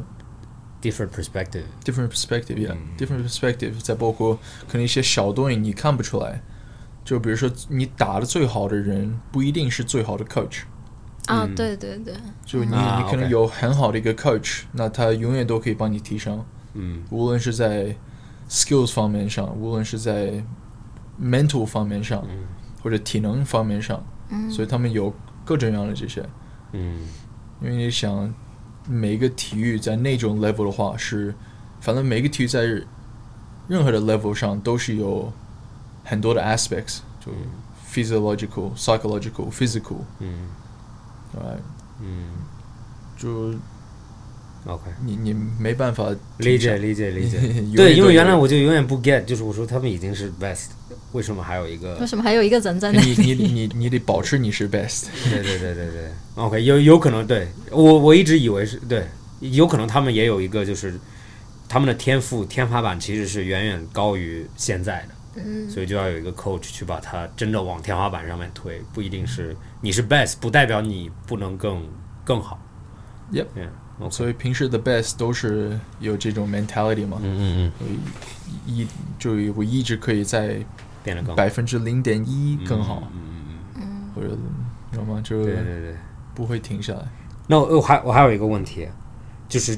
S3: different perspective。
S2: different perspective yeah、different
S3: 嗯
S2: perspective，再包括可能一些小东西你看不出来，就比如说你打的最好的人不一定是最好的 coach。
S4: 啊，对对对，
S2: 就你、
S3: 啊
S2: 你可能
S3: OK
S2: 有很好的一个 coach，那他永远都可以帮你提升。
S3: 嗯，
S2: 无论是在 skills 方面上，无论是在 mental 方面上，或者体能方面上，所以他们有各种各样的这些。
S3: 嗯
S2: 因为你想，每一个体育在那种 level 的话是，反正每个体育在任何的 level 上都是有很多的 aspects，就 physiological、psychological、physical，
S3: 嗯
S2: 对吧？
S3: 嗯
S2: 就
S3: ，OK，
S2: 你你没办法
S3: 理
S2: 停
S3: 解
S2: 下
S3: 理解理
S2: 永
S3: 解
S2: 远。
S3: 对，
S2: 都
S3: 因为
S2: 有
S3: 原来我就永远不 get，就是我说他们已经是 best，为什么还有一个
S4: 为？什么还有一个人在那
S2: 你
S4: 里？
S2: 你你你得保持你是 best，
S3: 对对对对对，OK，有有可能对我我一直以为是对，有可能他们也有一个就是他们的天赋天花板其实是远远高于现在的，嗯，所以就要有一个 coach 去把他真的往天花板上面推，不一定是你是 best，不代表你不能更更好。
S2: Yep
S3: 对，OK，
S2: 所以平时的 best 都是有这种 mentality 嘛，
S3: 嗯嗯嗯，
S2: 一就我一直可以在
S3: 变得更好，
S2: 百分之零点一更好，
S3: 嗯嗯嗯，
S2: 或者知道吗？就
S3: 对对对。
S2: 不会停下来。
S3: 那我我还我还有一个问题，就是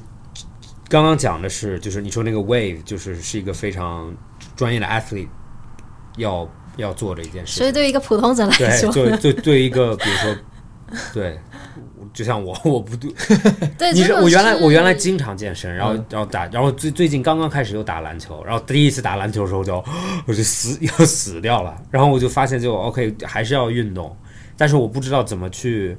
S3: 刚刚讲的是，就是你说那个 wave，就是是一个非常专业的 athlete 要要做的一件事
S4: 所以
S3: 情。
S4: 对于一个普通人来
S3: 对，
S4: 说，
S3: 就就对一个比如说，对就像我，我不
S4: 对，
S3: 你
S4: 这
S3: 知道
S4: 个
S3: 我原来
S4: 是
S3: 我原来经常健身，然后然后打，然后最最近刚刚开始又打篮球，然后第一次打篮球的时候就我就死 要死掉了，然后我就发现就 OK 还是要运动，但是我不知道怎么去，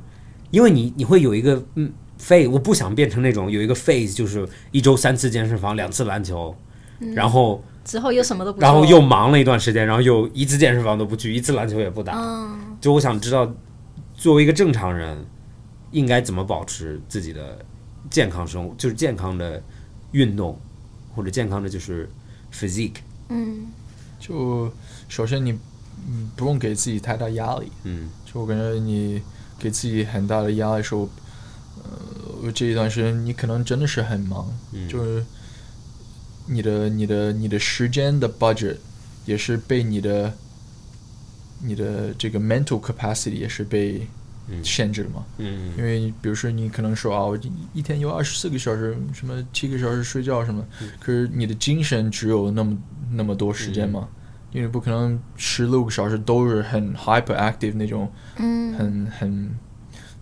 S3: 因为你你会有一个嗯 phase，我不想变成那种有一个 phase 就是一周三次健身房，两次篮球，
S4: 嗯
S3: 然后
S4: 之后又什么都不做，
S3: 然后又忙了一段时间，然后又一次健身房都不去，一次篮球也不打。
S4: 嗯
S3: 就我想知道，作为一个正常人，应该怎么保持自己的健康生活，就是健康的运动，或者健康的就是 physique。
S2: 就首先你嗯不用给自己太大压力，
S3: 嗯
S2: 就我感觉你给自己很大的压力的时候，呃，这一段时间你可能真的是很忙，
S3: 嗯
S2: 就是你的你的你的时间的 budget 也是被你的你的这个 mental capacity 也是被
S3: 嗯
S2: 限制了嘛。
S3: 嗯
S2: 因为比如说你可能说啊，我一一天有二十四个小时，什么七个小时睡觉什么，
S3: 嗯
S2: 可是你的精神只有那么那么多时
S3: 嗯
S2: 间嘛，因为不可能十六个小时都是很 hyperactive 那种，
S1: 嗯
S2: 很很，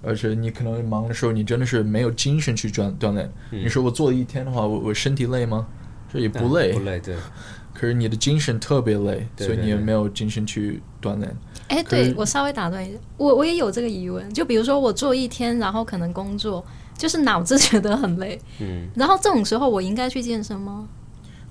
S2: 而且你可能忙的时候，你真的是没有精神去锻锻炼。
S3: 嗯
S2: 你说我做了一天的话，我我身体累吗？这也不累，
S3: 嗯不累，对，
S2: 可是你的精神特别累，
S3: 对
S2: 所以
S3: 对
S2: 你也
S3: 对
S2: 没有精神去锻炼。
S4: 哎，
S2: 可是
S4: 对我稍微打断一下，我我也有这个疑问，就比如说我做一天，然后可能工作，就是脑子 觉得很累，
S3: 嗯
S4: 然后这种时候我应该去健身吗？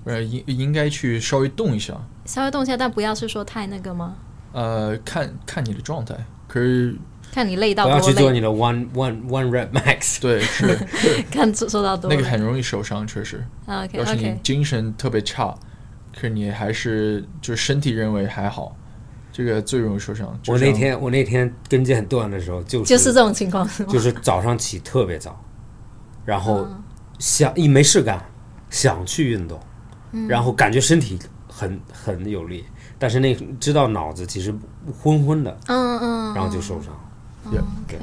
S2: 呃，应应该去稍微动一下，
S4: 稍微动一下，但不要是说太那个吗？
S2: 呃，看看你的状态。可是
S4: 看你累到
S3: 不
S4: 多
S3: 要去做
S4: 累，
S3: 你的 one one one rep max。
S2: 对， 是
S4: 看做做到多
S2: 那
S4: 累。
S2: 个很容易受伤，确实。
S4: OK
S2: 要是你
S4: OK，
S2: 精神特别差，可是你还是就是身体认为还好，这个最容易受伤。就
S3: 我那
S2: 像
S3: 天我那天跟腱断的时候，就是
S4: 就是这种情况 是吗？
S3: 就是早上起特别早，然后想一没事干，想去运动，然后感觉身体很很有力，但是那知道脑子其实昏昏的，
S4: 嗯嗯，
S3: 然后就受伤。
S2: Yeah
S3: 对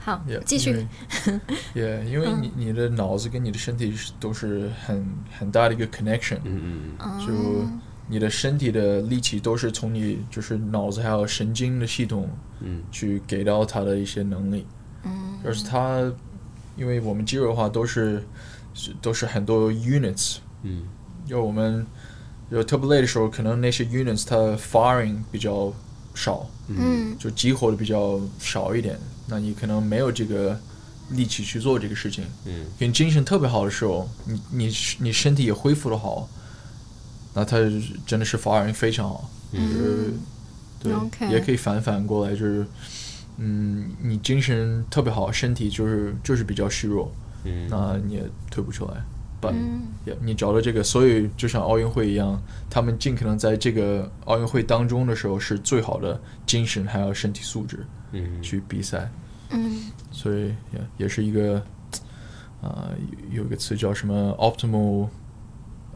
S4: 好
S2: Yeah，
S4: 继 续。嗯
S2: 因为 yeah，因为你你的脑子跟你的身体是都是很很大的一个 connection，
S3: 嗯嗯嗯，
S2: 就
S4: 哦
S2: 你的身体的力气都是从你就是脑子还有神经的系统，
S3: 嗯，
S2: 去给到它的一些能力，嗯，而是它，因为我们肌肉的话都是是都是很多 units，
S3: 嗯，
S2: 就我们有特别累的时候，可能那些 units 它 firing 比较少，
S1: 嗯
S2: 就激活的比较少一点，那你可能没有这个力气去做这个事情。
S3: 嗯，
S2: 你精神特别好的时候，你你你身体也恢复的好，那它真的是发展非常好。嗯，对
S4: OK
S2: 也可以反反过来，就是嗯，你精神特别好，身体就是就是比较虚弱，
S3: 嗯
S2: 那你也退不出来。But、也你找到这个，所以就像奥运会一样，他们尽可能在这个奥运会当中的时候是最好的精神还有身体素质
S3: 嗯
S2: 去比赛，
S1: 嗯
S2: 所以也也是一个啊、呃有有一个词叫什么 optimal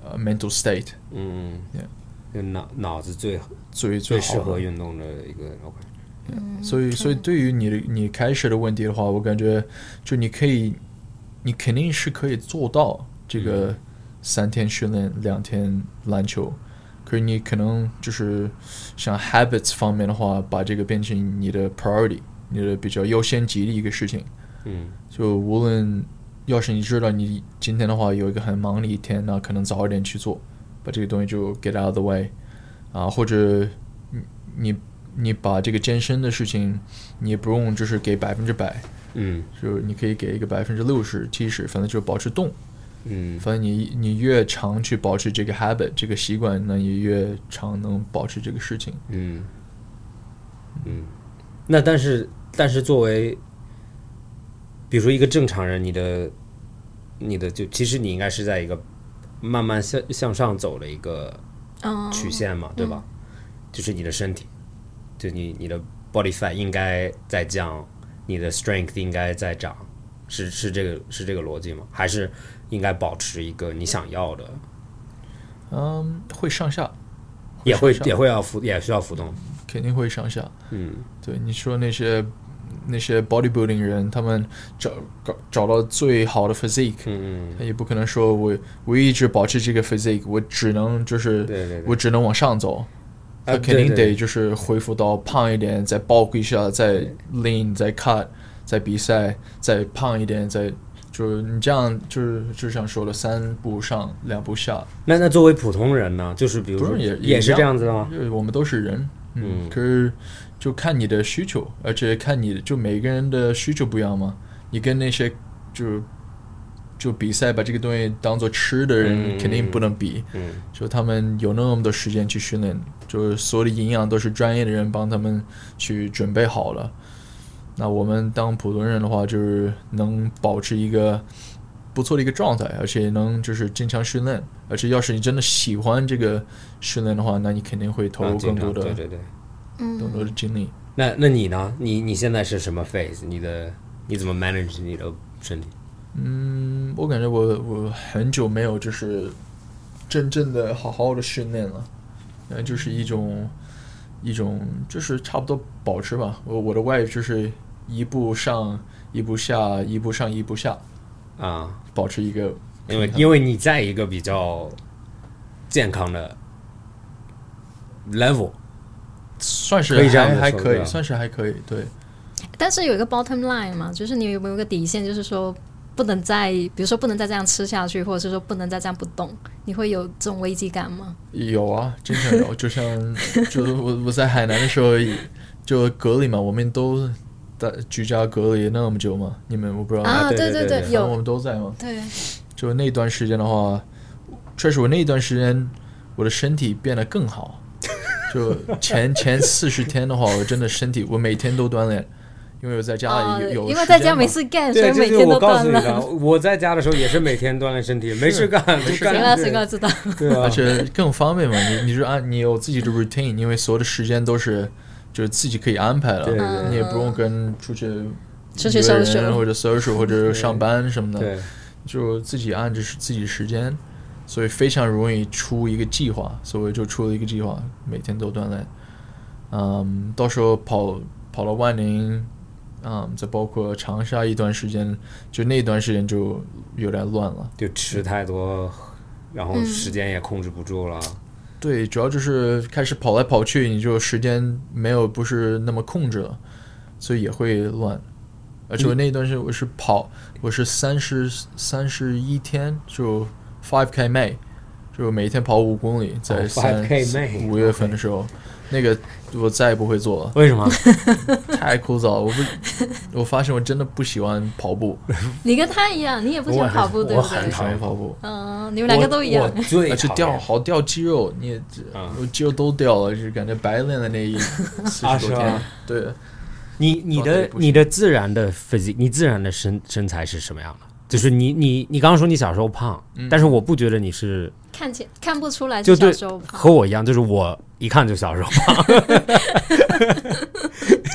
S2: 呃 mental state，
S3: 嗯
S2: Yeah
S3: 嗯，就脑脑子最
S2: 最
S3: 最
S2: 好
S3: 适
S2: 的
S3: 合运动的一个 OK。
S2: 所以，所以对于你的你开始的问题的话，我感觉就你可以，你肯定是可以做到这个三天训练，两天篮球。可是你可能就是像 habits 方面的话，把这个变成你的 priority，你的比较优先级的一个事情。
S3: 嗯
S2: 就无论要是你知道你今天的话有一个很忙的一天，那可能早一点去做，把这个东西就 get out of the way 啊，或者你你你把这个健身的事情，你也不用就是给百分之百，
S3: 嗯
S2: 就是你可以给一个百分之六十、七十，反正就保持动。
S3: 嗯
S2: 反正你你越常去保持这个 habit 这个习惯，那你越常能保持这个事情。
S3: 嗯嗯，那但是但是作为，比如说一个正常人，你的你的就其实你应该是在一个慢慢向向上走的一个
S4: 嗯，
S3: 曲线嘛，对吧？就是你的身体，就你你的 body fat 应该在降，你的 strength 应该在涨，是是这个是这个逻辑吗？还是应该保持一个你想要的，
S2: 嗯，会上下，
S3: 也会
S2: 上下
S3: 也会要浮也需要浮动，
S2: 肯定会上下。
S3: 嗯
S2: 对你说那些那些 bodybuilding 人，他们找找找到最好的 physique，、
S3: 嗯嗯，
S2: 他也不可能说我我一直保持这个 physique，我只能就是
S3: 对对对
S2: 我只能往上走，他
S3: 啊
S2: 肯定
S3: 对对
S2: 得就是恢复到胖一点，再 bulk 一下，再 lean，再 cut，再比赛，再胖一点，再就是你这样就是就像说了，三步上两步下，
S3: 那那作为普通人呢，就是比如
S2: 不
S3: 说
S2: 是也也
S3: 也
S2: 一
S3: 是
S2: 样
S3: 这样子的吗？
S2: 就是我们都是人，嗯，可是就看你的需求，而且看你就每个人的需求不一样嘛。你跟那些就就比赛把这个东西当做吃的人
S3: 嗯
S2: 肯定不能比，
S3: 嗯
S2: 就他们有那么多时间去训练，就是所有的营养都是专业的人帮他们去准备好了。那我们当普通人的话，就是能保持一个不错的一个状态，而且能就是经常训练，而且要是你真的喜欢这个训练的话，那你肯定会投
S3: 啊
S2: 入
S3: 经
S2: 更
S3: 常
S2: 多的、
S3: 对对对。
S2: 更多的精力。
S3: 那那你呢？你你现在是什么 phase？你的你怎么 manage 你的身体？
S2: 嗯，我感觉我我很久没有就是真正的好好的训练了，呃，就是一种一种就是差不多保持吧。我我的 wife 就是一步上一步下，一步上一步下，
S3: 啊，
S2: 保持一个
S3: 因为
S2: 平衡
S3: 因为你在一个比较健康的 level，
S2: 算是
S3: 可以这样
S2: 还
S3: 子
S2: 还
S3: 说
S2: 可
S3: 对
S2: 以，
S3: 吧
S2: 算是还可以，对。
S4: 但是有一个 bottom line 嘛，就是你有没有一个底线，就是说不能再，比如说不能再这样吃下去，或者是说不能再这样不动，你会有这种危机感吗？
S2: 有啊，经常 有，就像就是我我在海南的时候也，就隔离嘛，我们都在居家隔离那么久嘛，你们我不知道，
S4: 啊，
S3: 哦对
S4: 对
S3: 对对
S4: 对，
S3: 对
S2: 反正我
S4: 有，
S2: 们都在嘛。
S4: 对，
S2: 就那段时间的话，确实我那段时间我的身体变得更好。就前前四十天的话，我真的身体，我每天都锻炼，因为我在家
S4: 啊，
S2: 有有
S4: 因为
S2: 时
S4: 在
S2: 间
S4: 家
S2: 嘛
S4: 没事干，所
S3: 对，
S4: 以
S3: 这
S4: 每
S3: 就是
S4: 天都
S3: 我告
S4: 锻
S3: 诉你
S4: 炼
S3: 的。。我在家的时候也是每天锻炼身体，没事干就
S2: 事
S4: 行了，
S3: 干，
S4: 行了，
S3: 对
S4: 知道。
S3: 对
S2: 而
S3: 啊，
S2: 且更方便嘛。你你就按你有自己的 routine，因为所有的时间都是就是自己可以安排了，
S3: 对对
S2: 你也不用跟出去
S4: 出去
S2: 约
S4: social
S2: 人或者 social 或者上班什么的，
S3: 对，
S2: 就自己按着是自己时间，所以非常容易出一个计划，所以就出了一个计划，每天都锻炼。嗯，到时候跑跑了万宁，嗯，再包括长沙一段时间，就那段时间就有点乱了。
S3: 就吃太多，然
S4: 嗯
S3: 后时间也控制不住了。
S2: 对，主要就是开始跑来跑去，你就时间没有不是那么控制了，所以也会乱。而且我那一段时间我是跑，我是三十三十一天就 five k 迈，就每天跑五公
S3: 哦
S2: 里，在三
S3: 5K 迈
S2: 五月份的时候，那个我再也不会做了，
S3: 为什么？
S2: 太枯燥了。我不， 我发现我真的不喜欢跑步，
S4: 你跟他一样，你也不喜
S3: 我
S4: 欢
S3: 很
S4: 跑步，对不
S3: 我很
S2: 不
S4: 对
S2: 喜
S3: 讨？
S2: 欢跑步，
S4: 嗯，你们两个都一样。
S3: 我我最
S2: 而且
S3: 讨
S2: 掉
S3: 厌
S2: 好掉肌肉，你也
S3: 啊
S2: 我肌肉都掉了，就是感觉白练了 那一四
S3: 啊
S2: 十
S3: 是
S2: 多
S3: 吧
S2: 天，对。
S3: 你你
S2: 状态也
S3: 的
S2: 哦不行
S3: 你的自然的 physique，你自然的身身材是什么样的？就是你你你刚刚说你小时候胖，
S2: 嗯
S3: 但是我不觉得你是
S4: 看起看不出来
S3: 就是对
S4: 小时候胖
S3: 和我一样，就是我一看就小时候 胖。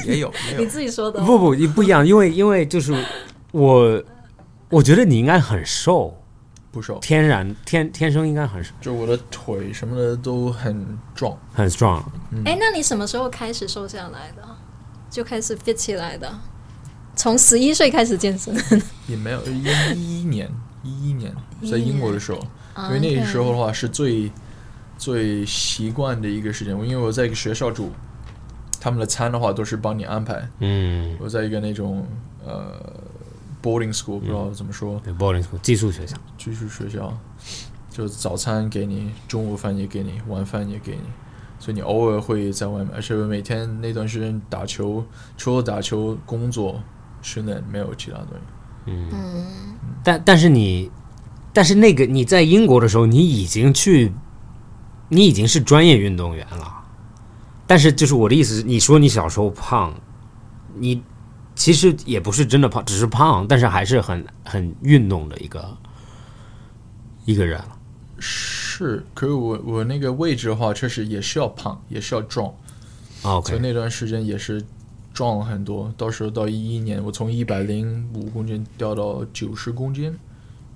S2: 也有，也
S4: 你自己说的哦。
S3: 不不不一样，因为因为就是我，我觉得你应该很瘦，
S2: 不瘦，
S3: 天然天天生应该很
S2: 就我的腿什么的都很壮。
S3: 很 strong。
S4: 哎，那你什么时候开始瘦下来的？就开始 fit 起来的？从十一岁开始健身
S2: 也没有一一一年，一一年在英国的时候，因为那
S4: OK
S2: 时候的话是最最习惯的一个时间，因为我在一个学校住，他们的餐的话都是帮你安排。
S3: 嗯
S2: 我在一个那种呃 boarding school，不知道怎么说，
S3: 对，boarding school 寄宿学校。
S2: 寄宿学校，就早餐给你，中午饭也给你，晚饭也给你，所以你偶尔会在外面，而且我每天那段时间打球，除了打球，工作、训练没有其他东西。
S3: 但但是你，但是那个你在英国的时候，你已经去，你已经是专业运动员了。但是就是我的意思是，你说你小时候胖，你其实也不是真的胖，只是胖，但是还是很很运动的一个一个人了。
S2: 是，可是我我那个位置的话，确实也是要胖，也是要壮，
S3: 啊
S2: 所
S3: OK，
S2: 以那段时间也是壮了很多。到时候到一一年，我从一百零五公斤掉到九十公斤，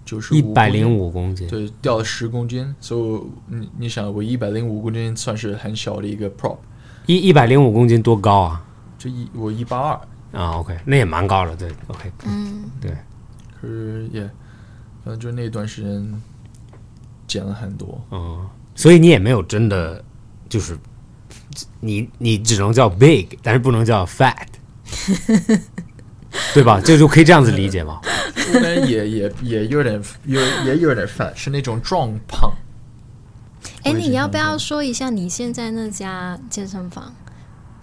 S2: 九十
S3: 一百零五公斤，
S2: 对，掉了十公斤，所以我你你想，我一百零五公斤算是很小的一个 prop，
S3: 一一百零五公斤多高啊？
S2: 这一我一八二，
S3: 啊，OK，那也蛮高了，对，OK，
S2: 可是也，反正就那段时间减了很多，
S3: 嗯，所以你也没有真的就是你你只能叫 big，但是不能叫 fat。对吧？这就可以这样子理解吧？
S2: 我感觉也也也有点有也有点饭，是那种壮胖。我
S4: 哎，
S2: 也
S4: 你
S2: 经
S4: 要
S2: 常
S4: 不要说一下你现在那家健身房？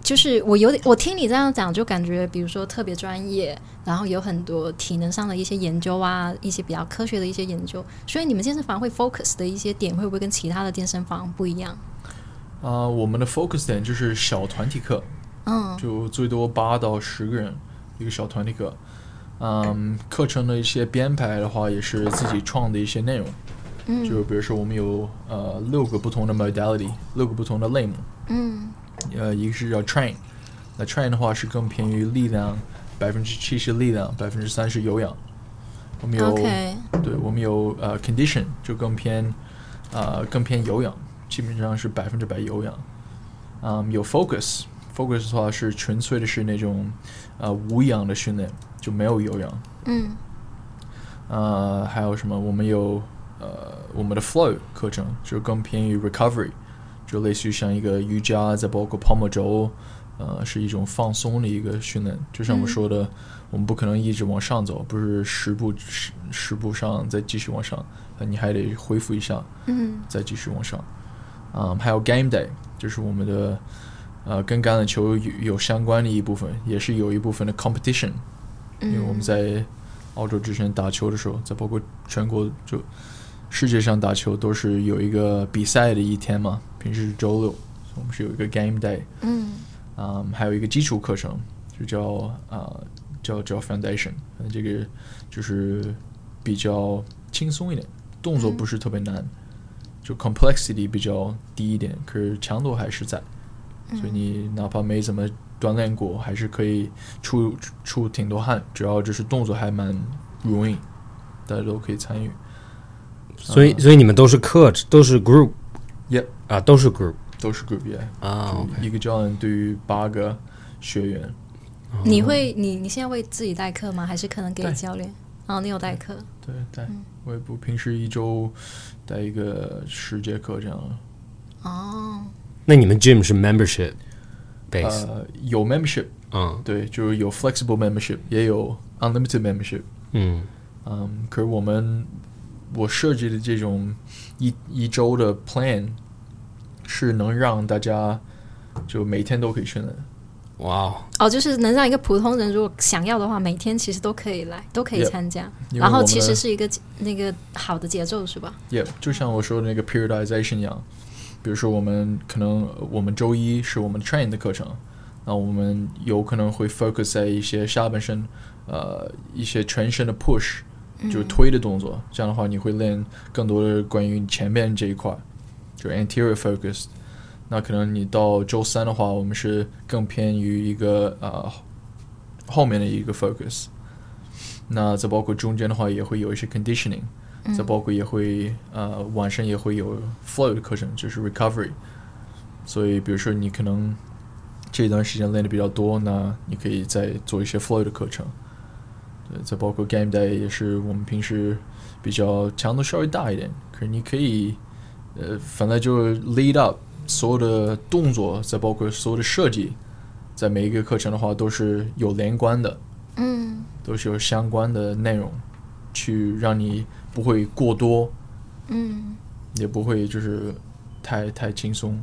S4: 就是我有点，我听你这样讲，就感觉比如说特别专业，然后有很多体能上的一些研究啊，一些比较科学的一些研究。所以你们健身房会 focus 的一些点，会不会跟其他的健身房不一样？
S2: 啊、我们的 focus 点就是小团体课，
S4: 嗯
S2: 就最多八到十个人一个小团体课。嗯，课程的一些编排的话，也是自己创的一些内容。
S4: 嗯
S2: 就比如说我们有呃六个不同的 modality，六个不同的类目。
S4: 嗯
S2: 呃，一个是叫 train，那 train 的话是更偏于力量，百分之七十力量，百分之三十有氧。我们有
S4: 嗯，OK，
S2: 对，我们有呃 condition，就更偏呃更偏有氧，基本上是百分之百有氧。嗯，有 focus，focus 的话是纯粹的是那种呃无氧的训练，就没有有氧。
S4: 嗯
S2: 呃，还有什么？我们有呃我们的 flow 课程，就更偏于 recovery，就类似于像一个瑜伽，再包括泡沫轴，呃，是一种放松的一个训练。就像我说的，我们不可能一直往上走，不是十步十十步上再继续往上，呃你还得恢复一下，
S1: Mm.
S4: 嗯
S2: 再继续往上。嗯，还有 game day，就是我们的呃跟橄榄球有有相关的一部分，也是有一部分的 competition，因为我们
S4: 嗯
S2: 在澳洲之前打球的时候，在包括全国就世界上打球都是有一个比赛的一天嘛，平时是周六，所以我们是有一个 game day，
S4: 嗯
S2: 嗯，还有一个基础课程，就叫呃叫叫 foundation，呃这个就是比较轻松一点，动
S4: 嗯
S2: 作不是特别难，就 complexity 比较低一点，可是强度还是在，所以你哪怕没怎么锻炼过，还是可以出出出挺多汗，只要就是动作还蛮容易，大家都可以参与，
S3: 所以，所以你们都是 coach，都是 group，
S2: Yep
S3: 啊，都是 group
S2: 都是 group 耶、
S3: 啊，OK，
S2: 一个教练对于八个学员，
S4: 你会你你现在会自己代课吗？还是可能给
S2: 对
S4: 教练？哦，你有代课，
S2: 对，带我也不平时一周带一个十节课这样。
S4: 哦，
S3: 那你们 gym 是 membership base，
S2: 呃，有 membership，
S3: 嗯
S2: 对，就是有 flexible membership，也有 unlimited membership。
S3: 嗯
S2: 嗯，可是我们我设计的这种一一周的 plan 是能让大家就每天都可以训练。
S3: 哇哦，
S4: 哦，就是能让一个普通人如果想要的话，每天其实都可以来，都可以
S2: Yeah，
S4: 参加。
S2: 因为
S4: 然
S2: 我
S4: 后
S2: 们
S4: 其
S2: 的
S4: 实是一个那个好的节奏，是吧？
S2: 也、就像我说的那个 periodization 一样，比如说我们可能呃我们周一是我们 train 的课程，那我们有可能会 focus 在一些下半身，呃，一些全身的 push，就是推的动作。这样的话，你会练更多的关于前面这一块，就是 anterior focus。那可能你到周三的话，我们是更偏于一个呃后面的一个 focus。那再包括中间的话，也会有一些 conditioning。再包括也会呃晚上也会有 flow 的课程，就是 recovery。所以比如说你可能这段时间练的比较多，那你可以再做一些 flow 的课程。对，再包括 game day 也是我们平时比较强度稍微大一点，可是你可以呃反正就是 lead up 所有的动作，再包括所有的设计，在每一个课程的话都是有连贯的。
S4: 嗯
S2: 都是有相关的内容，去让你不会过多，
S4: 嗯，
S2: 也不会就是太太轻松，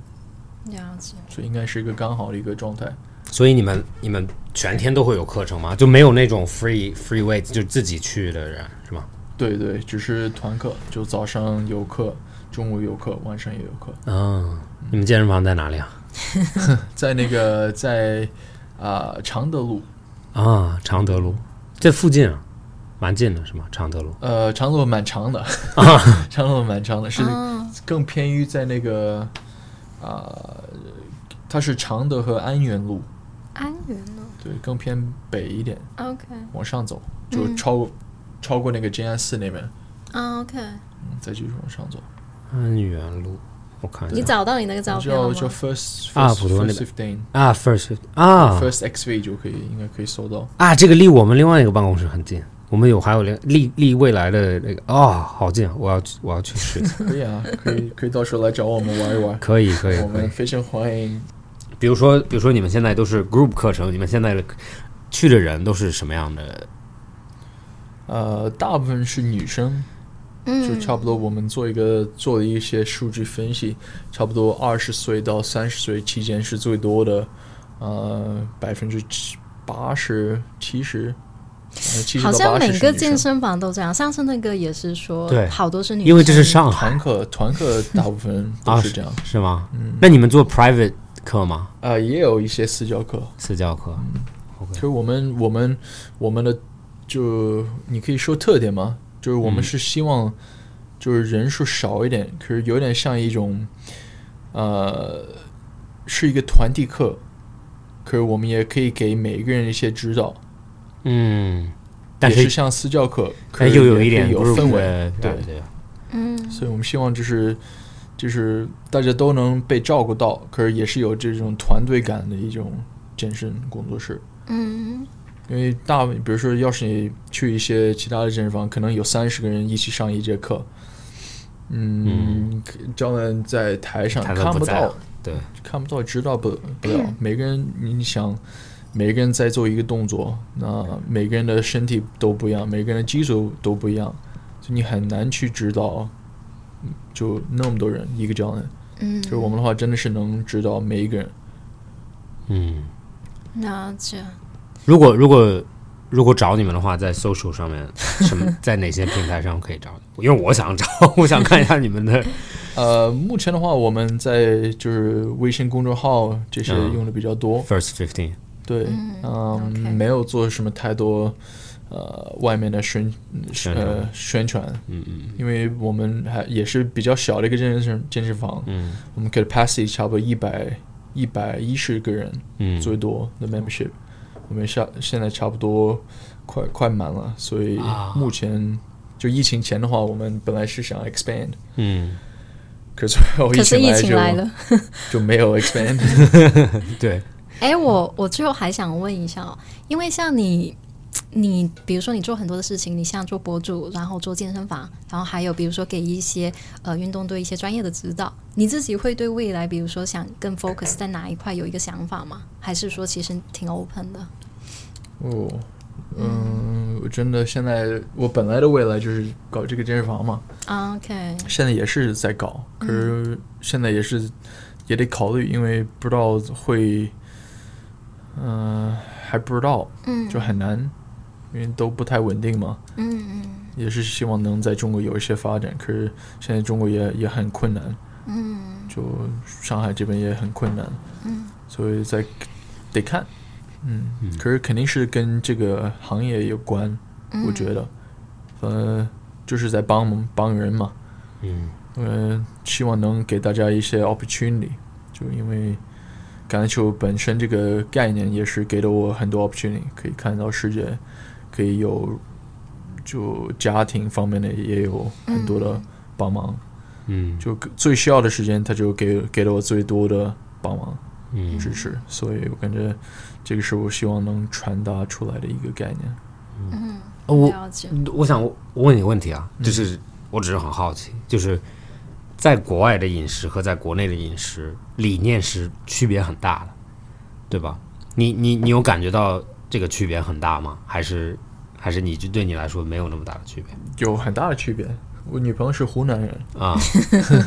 S4: 了解。
S2: 所以应该是一个刚好的一个状态。
S3: 所以你们你们全天都会有课程吗？就没有那种 free free weight 就自己去的人是吗？
S2: 对对，只是团课，就早上有课，中午有课，晚上也有课。
S3: 嗯，你们健身房在哪里啊？
S2: 在那个在啊、常德路，
S3: 啊，常德路，这附近啊，蛮近的是吗？常德路
S2: 呃，常德路蛮长的， 常德路蛮长的，是
S4: 哦
S2: 更偏于在那个啊、它是常德和安源路，
S4: 安源呢
S2: 对，更偏北一点。
S4: ？OK
S2: 往上走，就超过、超过那个静安寺那边，
S4: 啊 OK，
S2: 嗯，再继续往上走，嗯
S3: 安源路，我看
S4: 你
S3: 一下
S4: 找到你那个照片
S2: 叫
S4: 了
S2: 叫
S4: 吗？
S2: First
S3: 啊
S2: First
S3: 普陀那
S2: First Fifteen
S3: 啊，first 啊
S2: First XV 就可以，应该可以搜到。
S3: 啊，这个离我们另外一个办公室很近。我们有还有另离离未来的那个啊，好近啊！我要去我要去试一下。
S2: 可以啊，可以可以到时候来找我们玩一玩，
S3: 可以可以
S2: 我
S3: 可以
S2: 们。非常欢迎。
S3: 比如说，比如说你们现在都是 group 课程，你们现在的去的人都是什么样的？
S2: 呃，大部分是女生，就
S1: 嗯
S2: 差不多我们做一个做了一些数据分析，差不多二十岁到三十岁期间是最多的，呃，百分之八十七十，呃七十
S4: 好
S2: 到
S4: 像
S2: 八十
S4: 每
S2: 是
S4: 个
S2: 女
S4: 健
S2: 生。
S4: 身房都这样。上次那个也是说，
S3: 对
S4: 好多是女生，
S3: 因为这是上海
S2: 团课团课大部分都
S3: 啊
S2: 是这样，嗯
S3: 是吗？那你们做 private 课吗？
S2: 呃，也有一些私教课，
S3: 私教课？
S2: 就是我们我们我们的就你可以说特点吗？就是我们
S3: 嗯
S2: 是希望就是人数少一点，可是有点像一种呃是一个团体课，可是我们也可以给每一个人一些指导，
S3: 嗯，但
S2: 也是
S3: 是
S2: 像私教课，可
S3: 但
S2: 是
S3: 又
S2: 也
S3: 有
S2: 可
S3: 一
S2: 以
S3: 点
S2: 有
S3: group
S2: 氛围，
S3: 的
S2: 对
S3: 感觉。
S1: 嗯
S2: 所以我们希望就是就是大家都能被照顾到，可是也是有这种团队感的一种健身工作室。
S1: 嗯
S2: 因为大，比如说，要是你去一些其他的健身房，可能有三十个人一起上一节课，嗯，可教练在台上
S3: 他都
S2: 看
S3: 不在
S2: 到
S3: 了，对，
S2: 看不到，指导 不不了。每个人，你你想，每个人在做一个动作，那每个人的身体都不一样，每个人的基础都不一样，就你很难去指导，嗯就那么多人一个教练。
S1: 嗯
S2: 就是我们的话，真的是能指导每一个人。
S3: 嗯。
S1: 了解。
S3: 如果如果如果找你们的话，在 social 上面，什么在哪些平台上可以找你？因为我想找，我想看一下你们 的。
S2: 呃，目前的话，我们在就是微信公众号这些
S3: 嗯
S2: 用的比较多，
S3: First fifteen，
S2: 对，
S1: 嗯
S2: 嗯，
S1: OK
S2: 没有做什么太多呃外面的宣
S3: 宣传
S2: 呃宣传，
S3: 嗯嗯
S2: 因为我们还也是比较小的一个健身健身房，
S3: 嗯
S2: 我们 capacity 差不多一百一百一十个人
S3: 嗯，
S2: 最多的 membership，、我们下现在差不多快快满了，所以
S3: 啊
S2: 目前就疫情前的话，我们本来是想 expand，
S3: 嗯，
S2: 可是最后
S4: 可是疫
S2: 来
S4: 情
S2: 就
S4: 来了。
S2: 就没有 expand。
S3: 对，
S4: 哎，我我最后还想问一下哦，因为像你，你比如说你做很多的事情，你像做博主，然后做健身房，然后还有比如说给一些呃运动队一些专业的指导，你自己会对未来，比如说想更 focus 在哪一块有一个想法吗？还是说其实挺 open 的？
S2: 哦，嗯，我真的现在我本来的未来就是搞这个健身房嘛，
S4: 啊 OK，
S2: 现在也是在搞，可是现在也是也得考虑，因为不知道会，嗯、还不知道，
S1: 嗯
S2: 就很难，因为都不太稳定嘛，
S1: 嗯嗯
S2: 也是希望能在中国有一些发展，可是现在中国也也很困难，
S1: 嗯
S2: 就上海这边也很困难，
S1: 嗯
S2: 所以在得看，嗯，
S3: 嗯
S2: 可是肯定是跟这个行业有关，
S1: 嗯，
S2: 我觉得，呃，就是在帮帮人嘛，
S3: 嗯
S2: 呃，希望能给大家一些 opportunity，就因为橄榄球本身这个概念也是给了我很多 opportunity，可以看到世界，可以有就家庭方面的也有很多的帮忙，
S3: 嗯
S2: 就最需要的时间他就给给了我最多的帮忙
S3: 嗯
S2: 支持，所以我感觉这个是我希望能传达出来的一个概念。
S1: 嗯
S3: 呃我
S4: 了解。
S3: 我想问你个问题啊，就是我只是很好奇，就是在国外的饮食和在国内的饮食理念是区别很大的，对吧？你你你有感觉到这个区别很大吗？还是还是你就对你来说没有那么大的区别
S2: 有很大的区别。我女朋友是湖南人，
S3: 啊？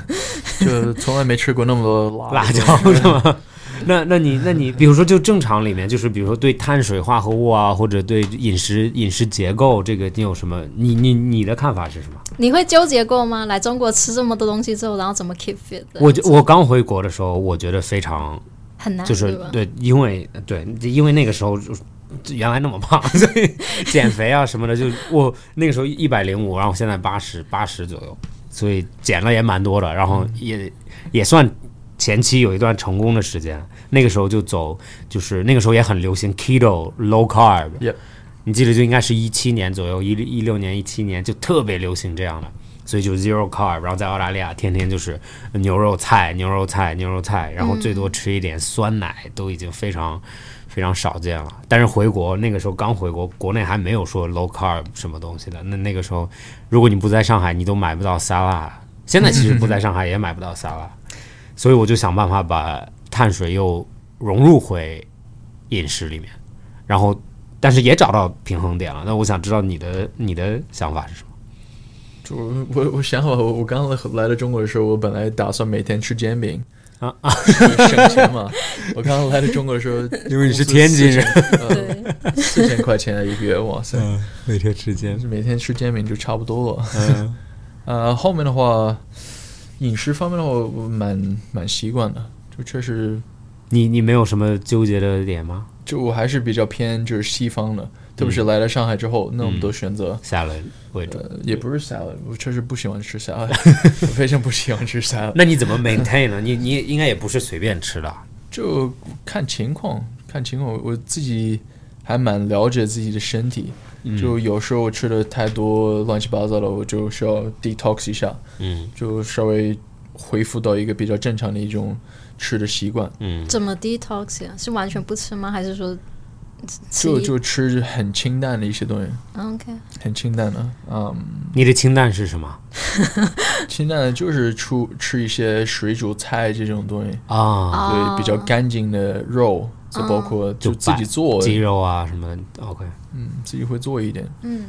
S2: 就从来没吃过那么多辣
S3: 辣
S2: 的东西
S3: 椒是吗？ 那那你那你，比如说就正常里面，就是比如说对碳水化合物啊，或者对饮食饮食结构这个，你有什么？你你你的看法是什么？
S4: 你会纠结过吗？来中国吃这么多东西之后，然后怎么 keep fit？的
S3: 我就我刚回国的时候，我觉得非常
S4: 很难，
S3: 就是
S4: 对吧？
S3: 对，因为对，因为那个时候就原来那么胖， 所以减肥啊什么的，就我那个时候一百零五，然后现在八十八十左右，所以减了也蛮多的，然后
S4: 嗯
S3: 也也算前期有一段成功的时间。那个时候就走，就是那个时候也很流行 keto low carb，、
S2: Yep
S3: 你记得就应该是一七年左右，一一六年一七年就特别流行这样的。所以就 zero carb，然后在澳大利亚天天就是牛肉菜、牛肉菜、牛肉菜，然后最多吃一点酸奶，都已经非常非常少见了。但是回国那个时候刚回国，国内还没有说 low carb 什么东西的。那那个时候，如果你不在上海，你都买不到沙拉。现在其实不在上海也买不到沙拉，所以我就想办法把碳水又融入回饮食里面，然后但是也找到平衡点了。那我想知道你的你的想法是什么？
S2: 就我我我想好，我我刚来到中国的时候，我本来打算每天吃煎饼
S3: 啊
S2: 啊，省钱 嘛。我刚来到中国的时候，
S3: 因为你是天津人
S2: 工资四千，呃四千块钱一个月，哇塞，
S3: 嗯，每天吃煎
S2: 就是每天吃煎饼就差不多了。
S3: 嗯
S2: 呃，后面的话，饮食方面的话，我蛮蛮习惯的，就确实
S3: 你你没有什么纠结的点吗
S2: 就我还是比较偏就是西方的，特别是来了上海之
S3: 嗯
S2: 后，那我们都选择、
S3: ？salad 为主。
S2: 呃也不是 salad，我确实不喜欢吃 salad，我 非常不喜欢吃 salad，
S3: 那你怎么 maintain 呢？你你应该也不是随便吃的，
S2: 就看情况，看情况，我自己还蛮了解自己的身体，就有时候我吃的太多乱七八糟的，我就需要 detox 一下，
S3: 嗯
S2: 就稍微恢复到一个比较正常的一种吃的习惯，
S3: 嗯
S4: 怎么 detox 呀、是完全不吃吗？还是说吃
S2: 就
S4: 一
S2: 就吃很清淡的一些东西，
S4: 嗯 OK？
S2: 很清淡的，嗯。
S3: 你的清淡是什么
S2: 清淡的就是出吃一些水煮菜这种东西，
S3: 啊？
S2: 对比较干净的肉，就包括就
S3: 就
S2: 自己做，
S3: 鸡肉啊什么的，OK。
S2: 嗯，自己会做一点。
S4: 嗯，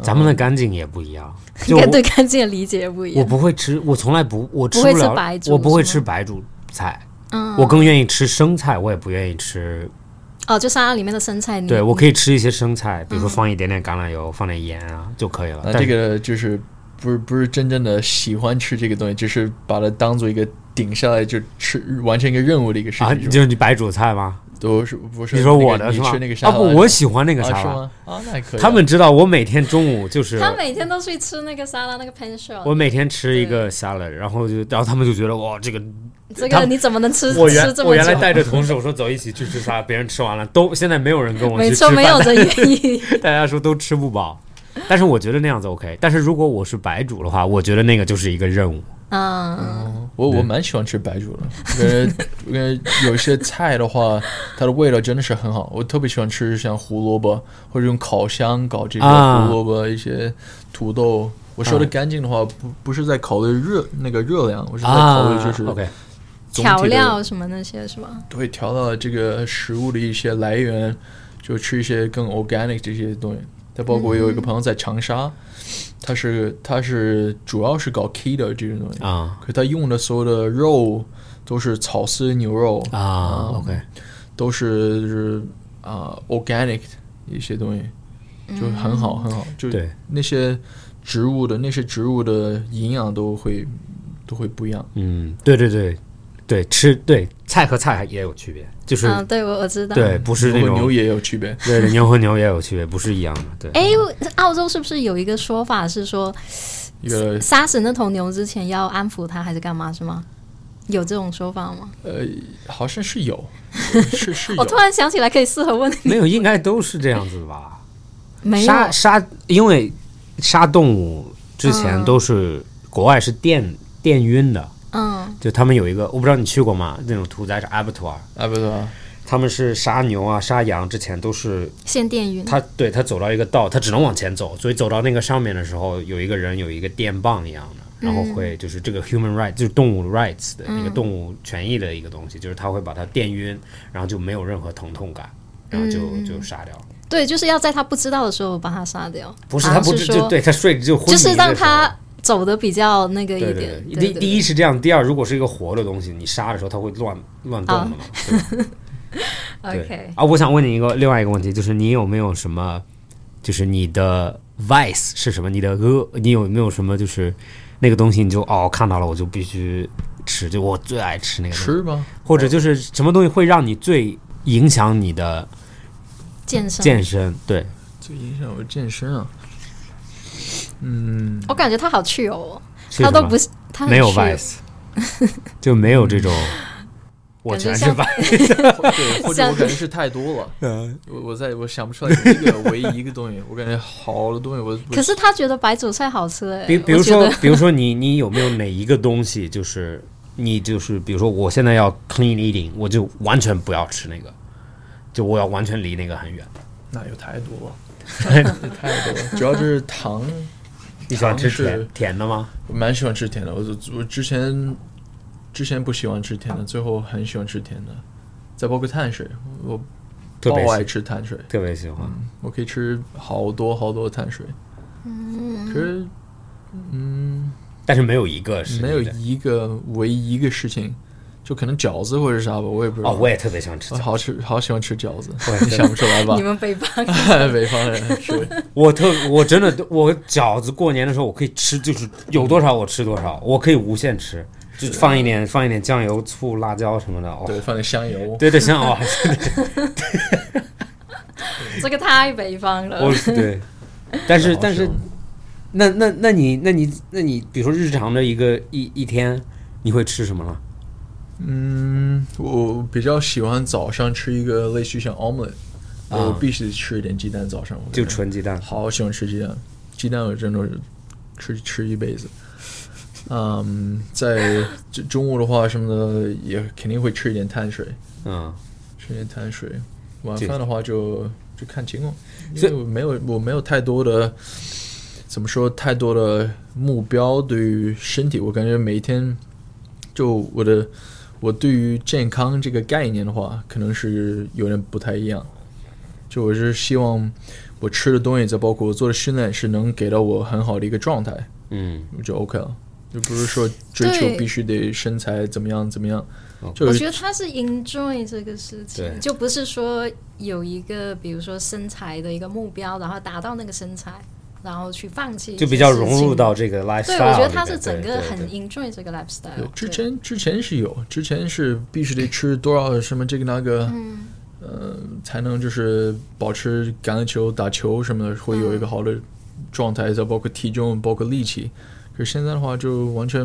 S3: 咱们的干净也不一样，就
S4: 跟
S3: 我
S4: 对干净的理解也不一
S3: 我
S4: 样。
S3: 不会吃，我从来不我吃
S4: 不会
S3: 了，
S4: 吃白煮
S3: 我不会
S4: 是吗
S3: 吃白煮菜，
S4: 嗯，
S3: 我更愿意吃生菜，我也不愿意吃。
S4: 哦，就沙拉里面的生菜，你
S3: 对我可
S4: 以
S3: 以吃一些生菜，
S4: 嗯
S3: 比如说放一点点橄榄油，放点盐啊就可以了。
S2: 那
S3: 但
S2: 这个就是不是不是真正的喜欢吃这个东西，只是把它当做一个顶下来就吃完成一个任务的一个事
S3: 啊，
S2: 情。
S3: 就是你白煮菜吗？
S2: 都是不是？
S3: 你说我的
S2: 那
S3: 是
S2: 个
S3: 吗
S2: 你吃那个？沙
S3: 啊
S2: 拉
S3: 不，我喜欢那个
S2: 啊
S3: 沙
S2: 是
S3: 拉。
S2: 吗？啊，那还可以啊。
S3: 他们知道我每天中午就是
S4: 他每天都去吃那个沙拉，那个 pan s h o
S3: 我每天吃一个 salad，然后就然后他们就觉得哇这个
S4: 这
S3: 他
S4: 个你怎么能吃
S3: 我原
S4: 吃这
S3: 我
S4: 么
S3: 原来
S4: 久？
S3: 带着同事我说走一起去吃沙拉，别人吃完了都现在没有人跟我
S4: 没
S3: 去吃
S4: 错，
S3: 饭，
S4: 没有这原 因。
S3: 大家说都吃不饱。但是我觉得那样子 OK，但是如果我是白煮的话，我觉得那个就是一个任务。
S4: 嗯，
S2: 哦我我蛮喜欢吃白煮的，我感觉我感觉有一些菜的话，它的味道真的是很好。我特别喜欢吃像胡萝卜，或者用烤箱搞这个
S3: 啊
S2: 胡萝卜、一些土豆。我说的
S3: 啊
S2: 干净的话，不不是在考虑热那个热量，我是在
S3: 啊
S2: 考
S4: 啊
S2: 虑就是
S3: ，OK，
S2: 总体的
S4: 调料什么那些是吧？
S2: 会调到这个食物的一些来源，就吃一些更 organic 这些东西。它包括我有一个
S3: 嗯
S2: 朋友在长沙，他是他是主要是搞 keto 这种东西。
S3: 啊
S2: 可他用的所有的肉都是草饲牛肉，
S3: 啊，OK，
S2: 都是就是啊、organic 一些东西，就很好很好，就
S3: 嗯对
S2: 那些植物的那些植物的营养都会都会不一样。
S3: 嗯，对对对对，吃对菜和菜也有区别，就是、
S4: 嗯，对，我我知道。
S3: 对，不是那
S2: 牛和
S3: 种
S2: 牛也有区别，
S3: 对对牛和牛也有区别，不是一样的。对，
S4: 哎，澳洲是不是有一个说法是说，
S2: 一个
S4: 杀死那头牛之前要安抚它，还是干嘛？是吗？有这种说法吗？
S2: 呃，好像是 有，是是
S4: 我
S2: 有
S4: 突。然想起来，可以适合问 你。哎
S3: 没有，应该都是这样子的吧？
S4: 没有，
S3: 杀杀，因为杀动物之前都是、国外是电电晕的，
S4: 嗯，
S3: 就他们有一个，我不知道你去过吗？那种屠宰场 abattoir，
S2: 啊，不是啊，
S3: 他们是杀牛啊、杀羊之前都是
S4: 限电晕。
S3: 他对他走到一个道，他只能往前走，所以走到那个上面的时候，有一个人有一个电棒一样的，然后
S4: 嗯
S3: 会就是这个 human right 就是动物 rights 的那个动物权益的一个东西，就是他会把它电晕，然后就没有任何疼痛感，然后就、
S4: 嗯
S3: 就杀掉了。
S4: 对，就是要在它不知道的时候把它杀掉。
S3: 不是
S4: 好
S3: 他不
S4: 像啊是
S3: 就
S4: 说，
S3: 对他睡着就昏迷
S4: 就
S3: 的时候，
S4: 是让它走的比较那个一
S3: 对
S4: 点。
S3: 对
S4: 对
S3: 对，第第一是这样，第二如果是一个活的东西，你杀的时候它会乱乱动的
S4: 啊
S3: 嘛。对
S4: OK，
S3: 啊，我想问你一个另外一个问题，就是你有没有什么，就是你的 vice 是什么？你的恶，你有没有什么就是那个东西你就哦看到了我就必须吃，就我最爱吃那个东西，
S2: 吃吧，
S3: 或者就是什么东西会让你最影响你的
S4: 健身。
S3: 健身？对，
S2: 最影响我健身 啊。嗯，
S4: 我感觉它好去哦，
S3: 是
S4: 它
S3: 什
S4: 都
S3: 么
S4: 不是，它很
S3: 没有
S4: 去油
S3: vice，就没有这种，我
S4: 感觉
S3: 全是
S4: 像
S3: vice，
S2: 对，或者我
S4: 像
S2: 感觉是太多了。
S3: 嗯
S2: 我我在我想不出来一个唯一一个东西，我感觉好多东西我我
S4: 可是他觉得白煮菜好吃哎、
S3: 比
S4: 我
S3: 比如
S4: 觉
S3: 说
S4: 得，
S3: 比如说你你有没有哪一个东西，就是你就是比如说我现在要 clean eating，我就完全不要吃那个，就我要完全离那个很远。
S2: 那有太多了， 那有太多了。主要就是糖，
S3: 你喜欢吃
S2: 尝试
S3: 甜甜的吗？
S2: 我蛮喜欢吃甜的。我我之前之前不喜欢吃甜的，最后很喜欢吃甜的。再包括碳水，我
S3: 特别
S2: 爆爱
S3: 喜
S2: 吃碳水，
S3: 特别喜欢。
S2: 我可以吃好多好多碳水。嗯，可是，嗯，
S3: 但是没有一个是
S2: 没有
S3: 你的
S2: 一个唯一一个事情，就可能饺子或者啥吧，我也不知道。
S3: 哦，我也特别喜欢吃
S2: 我
S3: 饺子，
S2: 好吃，好喜欢吃饺子
S3: 也，
S2: 你想不出来吧
S4: 你？们北方
S2: 北方人是，
S3: 我特我真的我饺子过年的时候我可以吃，就是有多少我吃多少，我可以无限吃，就放一点放一点酱油、醋、辣椒什么的。哦，
S2: 对，放点香油，
S3: 对对，像哦，
S4: 这个太北方了
S3: 我。对，但是
S2: 好
S3: 但是
S2: 爽
S3: 那那那你那你那你，比如说日常的一个一一天，你会吃什么呢？
S2: 嗯，我比较喜欢早上吃一个类似于像 omelet，
S3: 啊
S2: 我必须得吃一点鸡蛋，早上我
S3: 就
S2: 感觉
S3: 纯鸡蛋。
S2: 好喜欢吃鸡蛋，鸡蛋我真的是吃吃一辈子。嗯，在中中午的话什么的也肯定会吃一点碳水，
S3: 嗯，
S2: 吃一点碳水。晚
S3: 这
S2: 饭的话就就看情况，因
S3: 所以
S2: 为我没有我没有太多的怎么说太多的目标对于身体，我感觉每一天就我的我对于健康这个概念的话，可能是有点不太一样。就我是希望我吃的东西，再包括我做的训练，是能给到我很好的一个状态，
S3: 嗯，
S2: 我就 OK 了。就不是说追求
S4: 对
S2: 必须得身材怎么样怎么样，就
S3: 哦
S4: 我
S2: 是
S4: 觉得他是 enjoy 这个事
S3: 对
S4: 情，就不是说有一个比如说身材的一个目标，然后达到那个身材，然后去放弃一些
S3: 就
S4: 事情，
S3: 比较融入到这个 lifestyle
S4: 对，
S3: 里面。
S4: 我觉得他是整
S3: 对
S4: 个
S3: 对
S4: 很
S3: 对
S4: enjoy 这个 lifestyle
S2: 对
S4: 对。，
S2: 之前之前是有，之前是必须得吃多少什么这个那个，呃，才能就是保持橄榄球、打球什么的，会有一个好的状态，再包括体重，包括力气。可是现在的话，就完全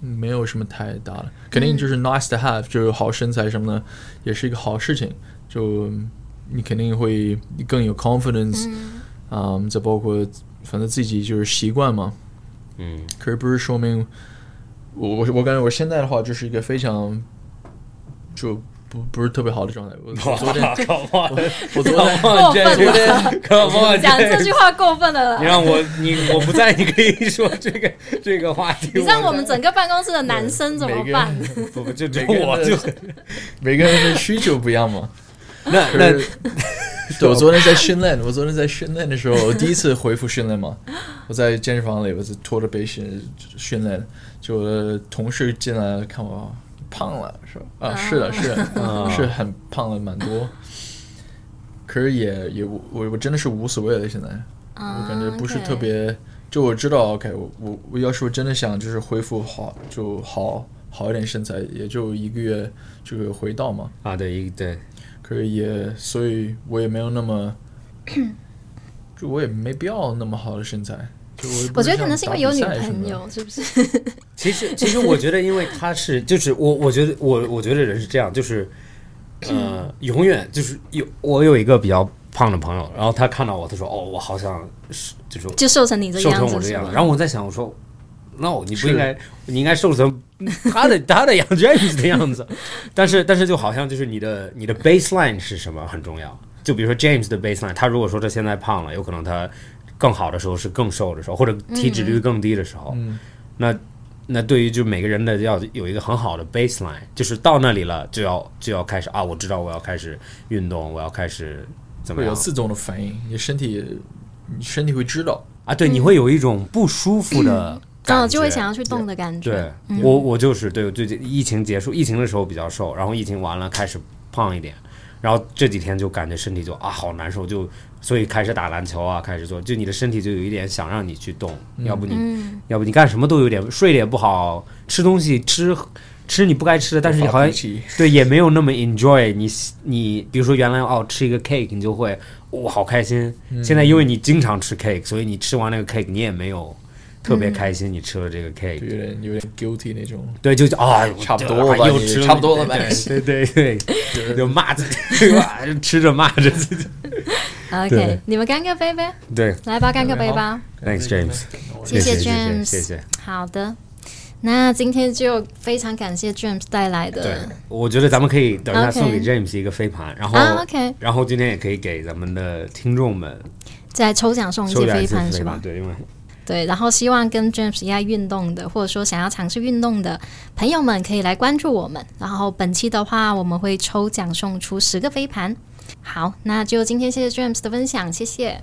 S2: 没有什么太大的，肯定就是 nice to have，就是好身材什么的，也是一个好事情。就你肯定会更有 confidence，啊、再包括反正自己就是习惯嘛，
S3: 嗯
S2: 可是不是说明我我我感觉我现在的话就是一个非常就不不是特别好的状态。我我昨天
S3: Come on，
S2: 我昨天
S3: come on，
S4: 过 分
S3: Come on，
S4: 讲这
S3: James
S4: 句话过分了
S3: 你
S4: 啦。
S3: 让我你我不在，你可以说这个这个话题。
S4: 你让我们整个办公室的男生怎么
S2: 每个
S4: 办？
S3: 不不就就
S2: 每个人
S3: 我
S2: 的
S3: 就
S2: 每个人的需求不一样嘛。
S3: 那
S2: 可
S3: 那
S2: 是 对我昨天在训练，我昨天在训练的时候，我第一次恢复训练嘛，我在健身房里，我是拖着背训训练，就我的同事进来看我胖了，说啊是的是的
S3: 啊
S2: 是很胖了蛮多，可是也也我我我真的是无所谓了现在。我感觉
S4: 啊
S2: 不是特别，就我知道，OK，我我我要是我真的想就是恢复好就好好一点身材，也就一个月就有回到嘛。
S3: 啊对一对
S2: 可是也，所以我也没有那 么，就我也没必要那么好的身材。就我也不
S4: 我觉得
S2: 像
S4: 可能是因
S2: 打
S4: 为有
S2: 比
S4: 女
S2: 赛什么
S4: 朋
S2: 的，
S4: 友，是不是？
S3: 其实，其实我觉得，因为他是，就是我，我觉得我，我觉得人是这样，就是，呃，永远就是有我有一个比较胖的朋友，然后他看到我，他说：“哦，我好想是，就是
S4: 就瘦成你这
S3: 瘦成
S4: 样
S3: 我
S4: 子
S3: 这
S4: 是
S3: 样。”
S4: 吗？
S3: 然后我在想，我说：“no，你不
S2: 是
S3: 应该，你应该瘦 成他的他的样 James 的样子。”但是，但是就好像就是你的你的 baseline 是什么很重要。就比如说 James 的 baseline，他如果说他现在胖了，有可能他更好的时候是更瘦的时候，或者体脂率更低的时候。
S2: 嗯，
S3: 那那对于就每个人的要有一个很好的 baseline，就是到那里了就要就要开始啊，我知道我要开始运动，我要开始怎么
S2: 会有
S3: 样
S2: 自动的反应，你身体你身体会知道。
S3: 啊？对，你会有一种不舒服的感觉，
S4: 嗯哦，就会想要去动的感觉。
S3: 对、我我就是对，我最近疫情结束，疫情的时候比较瘦，然后疫情完了开始胖一点，然后这几天就感觉身体就啊好难受，就所以开始打篮球啊，开始做，就你的身体就有一点想让你去动，要不你、要不你干什么都有点睡得也不好，吃东西吃吃你不该吃的，但是你好
S2: 发
S3: 像
S2: 脾气
S3: 对，也没有那么 enjoy 你。你比如说原来哦吃一个 cake，你就会哇、好开心。现在因为你经常吃 cake，所以你吃完那个 cake，你也没有特别开心。你吃了这个 cake，
S2: 就有点有点 guilty 那种。
S3: 对，就啊、
S2: 差不多了吧
S3: 又
S2: 你
S3: 吃
S2: 差不多了吧
S3: 对 对对对，就骂自己，哇就吃着骂着自 己。对
S4: OK，你们干个杯呗，
S3: 对
S4: 来吧，干个杯吧。
S3: ，Thanks James，
S4: 谢谢
S3: 谢
S4: James
S3: 谢谢。
S4: 好的，那今天就非常感谢 James 带来
S3: 对
S4: 的，，
S3: 我觉得咱们可以等一下
S4: 嗯 OK
S3: 送给 James 一个飞盘，然后、
S4: 啊，OK
S3: 然后今天也可以给咱们的听众们
S4: 在抽奖送一
S3: 抽
S4: 些
S3: 奖一
S4: 飞
S3: 次
S4: 盘
S3: 飞
S4: 是吧
S3: 盘，？对，因为
S4: 对，然后希望跟 James 一样运动的，或者说想要尝试运动的朋友们，可以来关注我们。然后本期的话，我们会抽奖送出十个飞盘。好，那就今天谢谢 James 的分享，谢谢。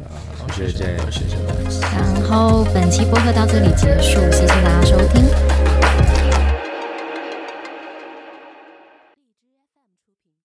S2: 谢谢，谢谢。
S4: 然后本期播客到这里结束，谢谢大家收听。